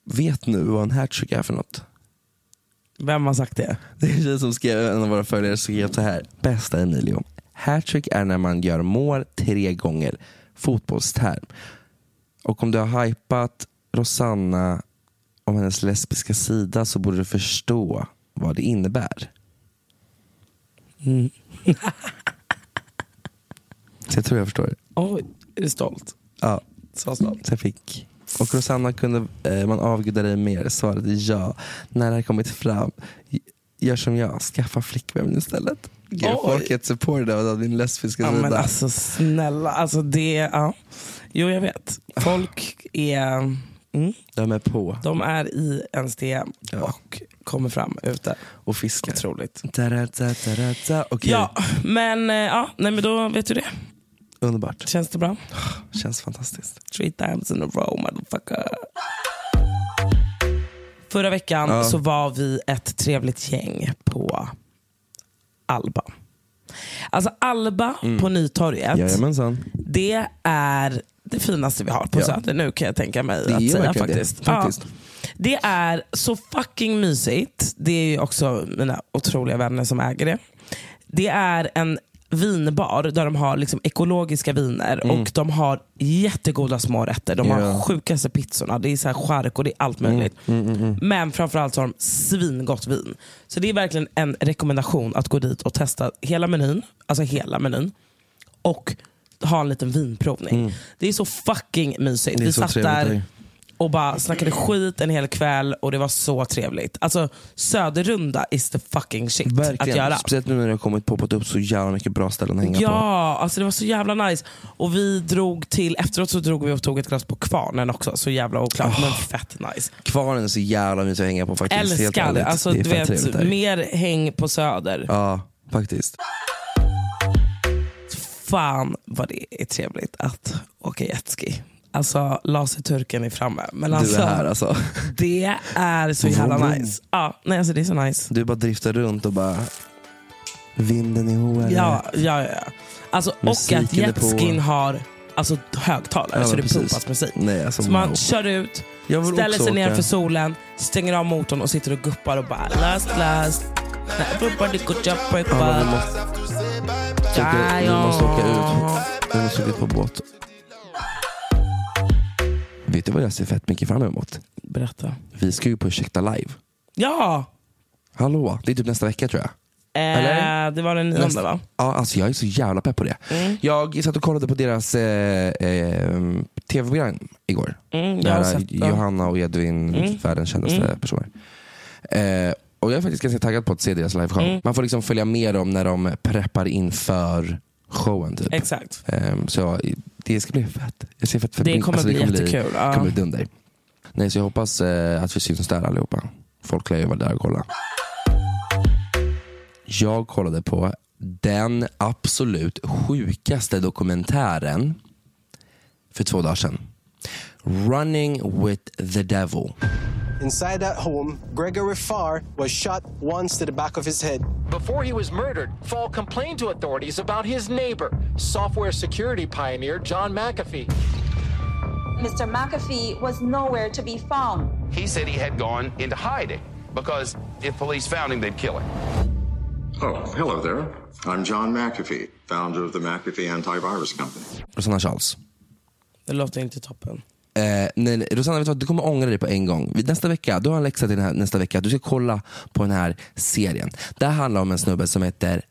S4: vet nu vad en hattrick är för något.
S3: Vem har sagt det?
S4: Det är en tjej som skrev, en av våra följare som skrev så här. Bästa Emilio. Hattrick är när man gör mål tre gånger. Fotbollsterm. Och om du har hypat Rosanna om hennes lesbiska sida så borde du förstå vad det innebär.
S3: Mm.
S4: Så jag tror jag förstår det.
S3: Oj, är du stolt?
S4: Ja.
S3: Så stolt.
S4: Så jag fick. Och Rosanna, kunde eh, man avguda dig mer? Svarade ja. När det har kommit fram, j- gör som jag, skaffa flickvän istället. Gud,
S3: Oj.
S4: folket supportade av din lesbiska
S3: Ja,
S4: sida.
S3: men alltså snälla, alltså det, ja. Jo jag vet. Folk är, mm,
S4: De är på
S3: de är i ens DM och kommer fram ute.
S4: och fiskar.
S3: Otroligt.
S4: Da, da, da, da, da. Okej,
S3: Ja, men, eh, ja, nej, men då vet du det.
S4: underbart.
S3: Känns
S12: [SIGHS]
S3: det bra? [LAUGHS]
S4: Känns fantastiskt.
S3: Three times in a row motherfucker. Förra veckan
S4: Ja.
S3: så var vi ett trevligt gäng på Alba. Alltså Alba på Nytorget.
S4: Jajamensan.
S3: Det är det finaste vi har på
S4: Ja.
S3: Söder nu kan jag tänka mig
S4: Det är
S3: att säga
S4: verkligen det,
S3: faktiskt.
S4: faktiskt.
S3: Ja. Det är så fucking mysigt. Det är ju också mina otroliga vänner som äger det. Det är en vinbar där de har liksom ekologiska viner
S4: Mm.
S3: och de har jättegoda smårätter. De har
S4: Ja.
S3: sjukaste pizzorna. Det är så här chark och det är allt möjligt.
S4: Mm, mm, mm.
S3: Men framförallt så har de svingott vin. Så det är verkligen en rekommendation att gå dit och testa hela menyn. Alltså hela menyn. Och ha en liten vinprovning.
S4: Mm.
S3: Det är så fucking mysigt.
S4: Det är
S3: Vi
S4: så
S3: satt
S4: trevligt
S3: där
S4: där.
S3: och bara snackade skit en hel kväll och det var så trevligt. Alltså Söderrunda is the fucking shit
S4: Verkligen.
S3: att göra.
S4: Speciellt nu när det har kommit poppat upp så jävla mycket bra ställen att hänga på.
S3: Ja, alltså det var så jävla nice. Och vi drog till, efteråt så drog vi och tog ett glas på Kvarnen också. Så jävla oklart men fett nice.
S4: Kvarnen är så jävla mysig att hänga på faktiskt. Helt
S3: Älskar det.
S4: ärligt.
S3: Alltså,
S4: det är
S3: du
S4: fett
S3: vet,
S4: trevligt där.
S3: mer häng på Söder.
S4: Ja, faktiskt.
S3: Fan vad det är trevligt att åka jetski. Alltså laserturken är framme. Men alltså,
S4: du är här alltså.
S3: Det är så jävla
S4: Vroom.
S3: nice. Ja, nej, alltså det är så nice.
S4: Du bara driftar runt och bara Vinden i håret.
S3: Ja, ja, ja. Alltså, och
S4: Musiken
S3: att
S4: är på.
S3: jetskin har alltså, högtalare
S4: Ja,
S3: så det
S4: precis.
S3: pumpas musik.
S4: Nej, alltså,
S3: Så man
S4: wow.
S3: kör ut,
S4: Jag vill
S3: ställer
S4: också
S3: sig ner
S4: åka.
S3: för solen, stänger av motorn och sitter och guppar och bara last last. Everybody go jump right
S4: Ja,
S3: back.
S4: men vi måste- Åka- Vi måste åka ut. Vi måste åka ut på båt. Vet du vad jag ser fett mycket fram emot?
S3: Berätta.
S4: Vi ska ju på Ursäkta live.
S3: Ja!
S4: Hallå, det är typ nästa vecka tror jag.
S3: Eh,
S4: Eller?
S3: det var den nionde
S4: Nästa-
S3: va? Mm,
S4: Ja, alltså jag är så jävla pepp på det. Jag satt och kollade på deras eh, eh, tv-program igår.
S3: Mm, jag
S4: Där
S3: har sett det.
S4: Johanna och Edvin,
S3: Mm.
S4: världens kändaste
S3: Mm.
S4: personer. Eh, och jag är faktiskt ganska taggad på att se deras liveshow.
S3: Mm.
S4: Man får liksom följa med dem när de preppar inför showen. Typ.
S3: Exakt.
S4: Ehm, så jag- det ska bli fett. Jag ser fett, fett
S3: Det
S4: mycket-
S3: kommer bli jättekul,
S4: Bli,
S3: ja.
S4: alltså, kommer bli dunder. Nej, så jag hoppas eh, att vi syns där allihopa. Folk lär ju vara där och kolla. Jag kollade på den absolut sjukaste dokumentären för två dagar sedan. Running with the devil.
S13: Inside that home, Gregory Farr was shot once to the back of his head.
S14: Before he was murdered, Fall complained to authorities about his neighbor, software security pioneer John McAfee.
S15: Mr. McAfee was nowhere to be found.
S16: He said he had gone into hiding because if police found him, they'd kill him.
S17: Oh, hello there. I'm John McAfee, founder of the McAfee Antivirus Company.
S4: Rosanna Charles.
S3: Det låter inte toppen.
S4: Eh, nej, nej, Rosanna, vet du, vad? du kommer ångra dig på en gång. Vid Nästa vecka, du har en läxa till den här, nästa vecka. Du ska kolla på den här serien. Det här handlar om en snubbe som heter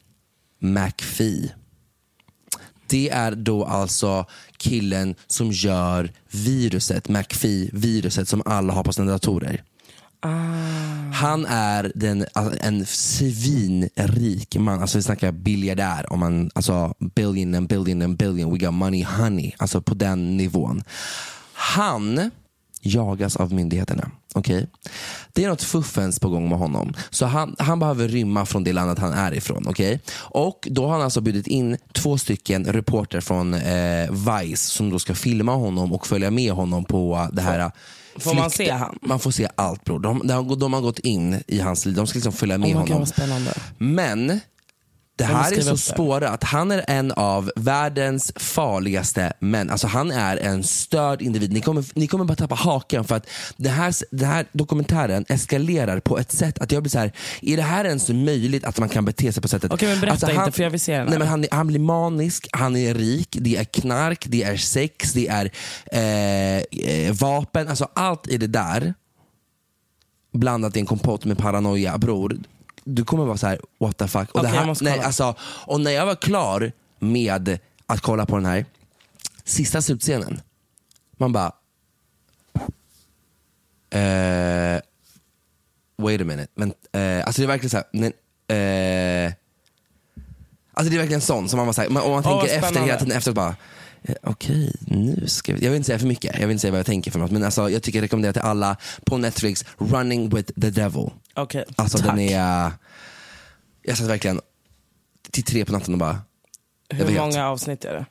S4: McPhee. Det är då alltså killen som gör viruset, McPhee-viruset som alla har på sina datorer. Han är den, alltså, en svinrik man. Alltså vi snackar biljardär. Om man, alltså billion and billion and billion. We got money honey. Alltså på den nivån. Han jagas av myndigheterna. Okej. Det är något fuffens på gång med honom. Så han, han behöver rymma från det landet han är ifrån. Okej. Och Då har han alltså bjudit in två stycken reporter från eh, Vice som då ska filma honom och följa med honom på eh, det här
S3: Får man se han?
S4: Man får se allt bror. De, de, de har gått in i hans liv. De ska liksom följa med
S3: Oh my God,
S4: honom.
S3: vad spännande.
S4: Men det
S3: Jag måste
S4: här är
S3: skriva
S4: så
S3: upp det.
S4: spårat. Han är en av världens farligaste män. Alltså han är en störd individ. Ni kommer, ni kommer bara tappa hakan för att den här, den här dokumentären eskalerar på ett sätt att jag blir så här. är det här ens möjligt att man kan bete sig på sättet?
S3: Okej, men berätta
S4: Alltså, han-
S3: inte, för jag vill se den här.
S4: Nej, men han, är- han blir manisk, han är rik, det är knark, det är sex, det är eh, eh, vapen. Alltså allt i det där blandat i en kompott med paranoia, bror. Du kommer vara så här: what the fuck. Och,
S3: Okej,
S4: det
S3: jag
S4: här,
S3: måste
S4: nej,
S3: kolla.
S4: alltså, och när jag var klar med att kolla på den här sista slutscenen, man bara, eh, wait a minute. Men, eh, alltså det är verkligen så här, men, eh, alltså det är verkligen sån som man var så här, man- om man
S3: Åh,
S4: tänker efter
S3: spännande.
S4: hela tiden efteråt bara, eh, Okej, nu ska vi... Jag vill inte säga för mycket, jag vill inte säga vad jag tänker för något. Men alltså, jag tycker jag rekommenderar till alla på Netflix, Running with the devil.
S3: Okej,
S4: Alltså
S3: tack.
S4: den är... eh, Jag satt verkligen till tre på natten och bara... jag
S3: Hur
S4: vet.
S3: många avsnitt är det?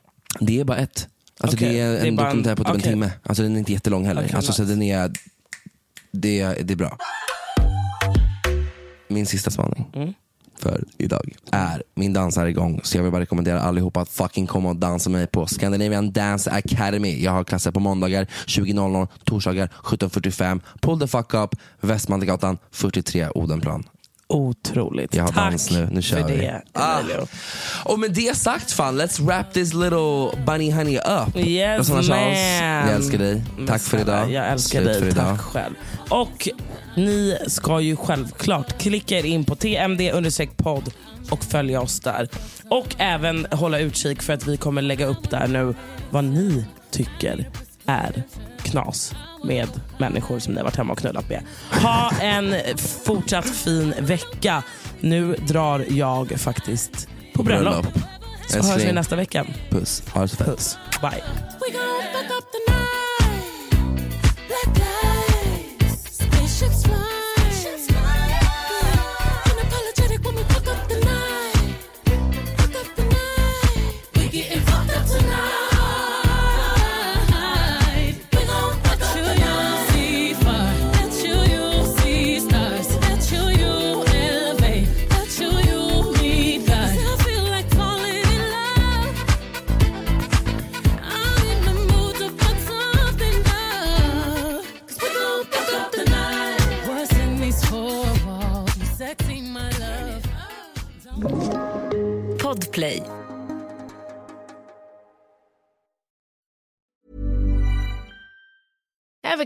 S4: Det är bara ett. Alltså
S3: Okej,
S4: det är
S3: det
S4: en
S3: är bara en-
S4: dokumentär på typ
S3: okej.
S4: en timme. Alltså den är inte jättelång heller.
S3: Okej,
S4: alltså, så den är... Det, är- det är bra. Min sista spaning
S3: Mm.
S4: för idag är min dans är igång. Så jag vill bara rekommendera allihopa att fucking komma och dansa med mig på Scandinavian Dance Academy. Jag har klasser på måndagar 20.00, torsdagar 17.45, Pull the fuck up, Västmantegatan 43 Odenplan.
S3: Otroligt.
S4: Jag har
S3: Tack
S4: dans nu, nu kör
S3: för
S4: vi.
S3: det,
S4: ah. Och med det sagt fan, let's wrap this little bunny honey up.
S3: Yes,
S4: Rosanna Charles,
S3: ma'am.
S4: jag älskar dig.
S3: Men
S4: Tack för
S3: snälla,
S4: idag.
S3: Jag älskar
S4: Slut för
S3: dig.
S4: idag.
S3: Tack själv. Och ni ska ju självklart klicka er in på TMD podd och följa oss där. Och även hålla utkik för att vi kommer lägga upp där nu vad ni tycker är knas med människor som ni har varit hemma och knullat med. Ha en fortsatt fin vecka. Nu drar jag faktiskt på bröllop.
S4: Bröllop.
S3: Så hörs vi
S4: Älskling.
S3: nästa vecka.
S4: Puss, ha det så fett. Puss.
S3: Bye.
S18: We gon' fuck up the night. Black lights, spaceships fly. Unapologetic when we fuck up the night. Fuck up the night. We getting fucked up tonight. We gon' fuck up the night. See far, and you you see stars, and you you elevate, and you you meet God. I feel like falling in love. I'm in the mood to fuck something up. 'Cause we gon' fuck up the night. What's in these four walls? You sexy, my love. Oh,
S19: Podplay.
S20: Ever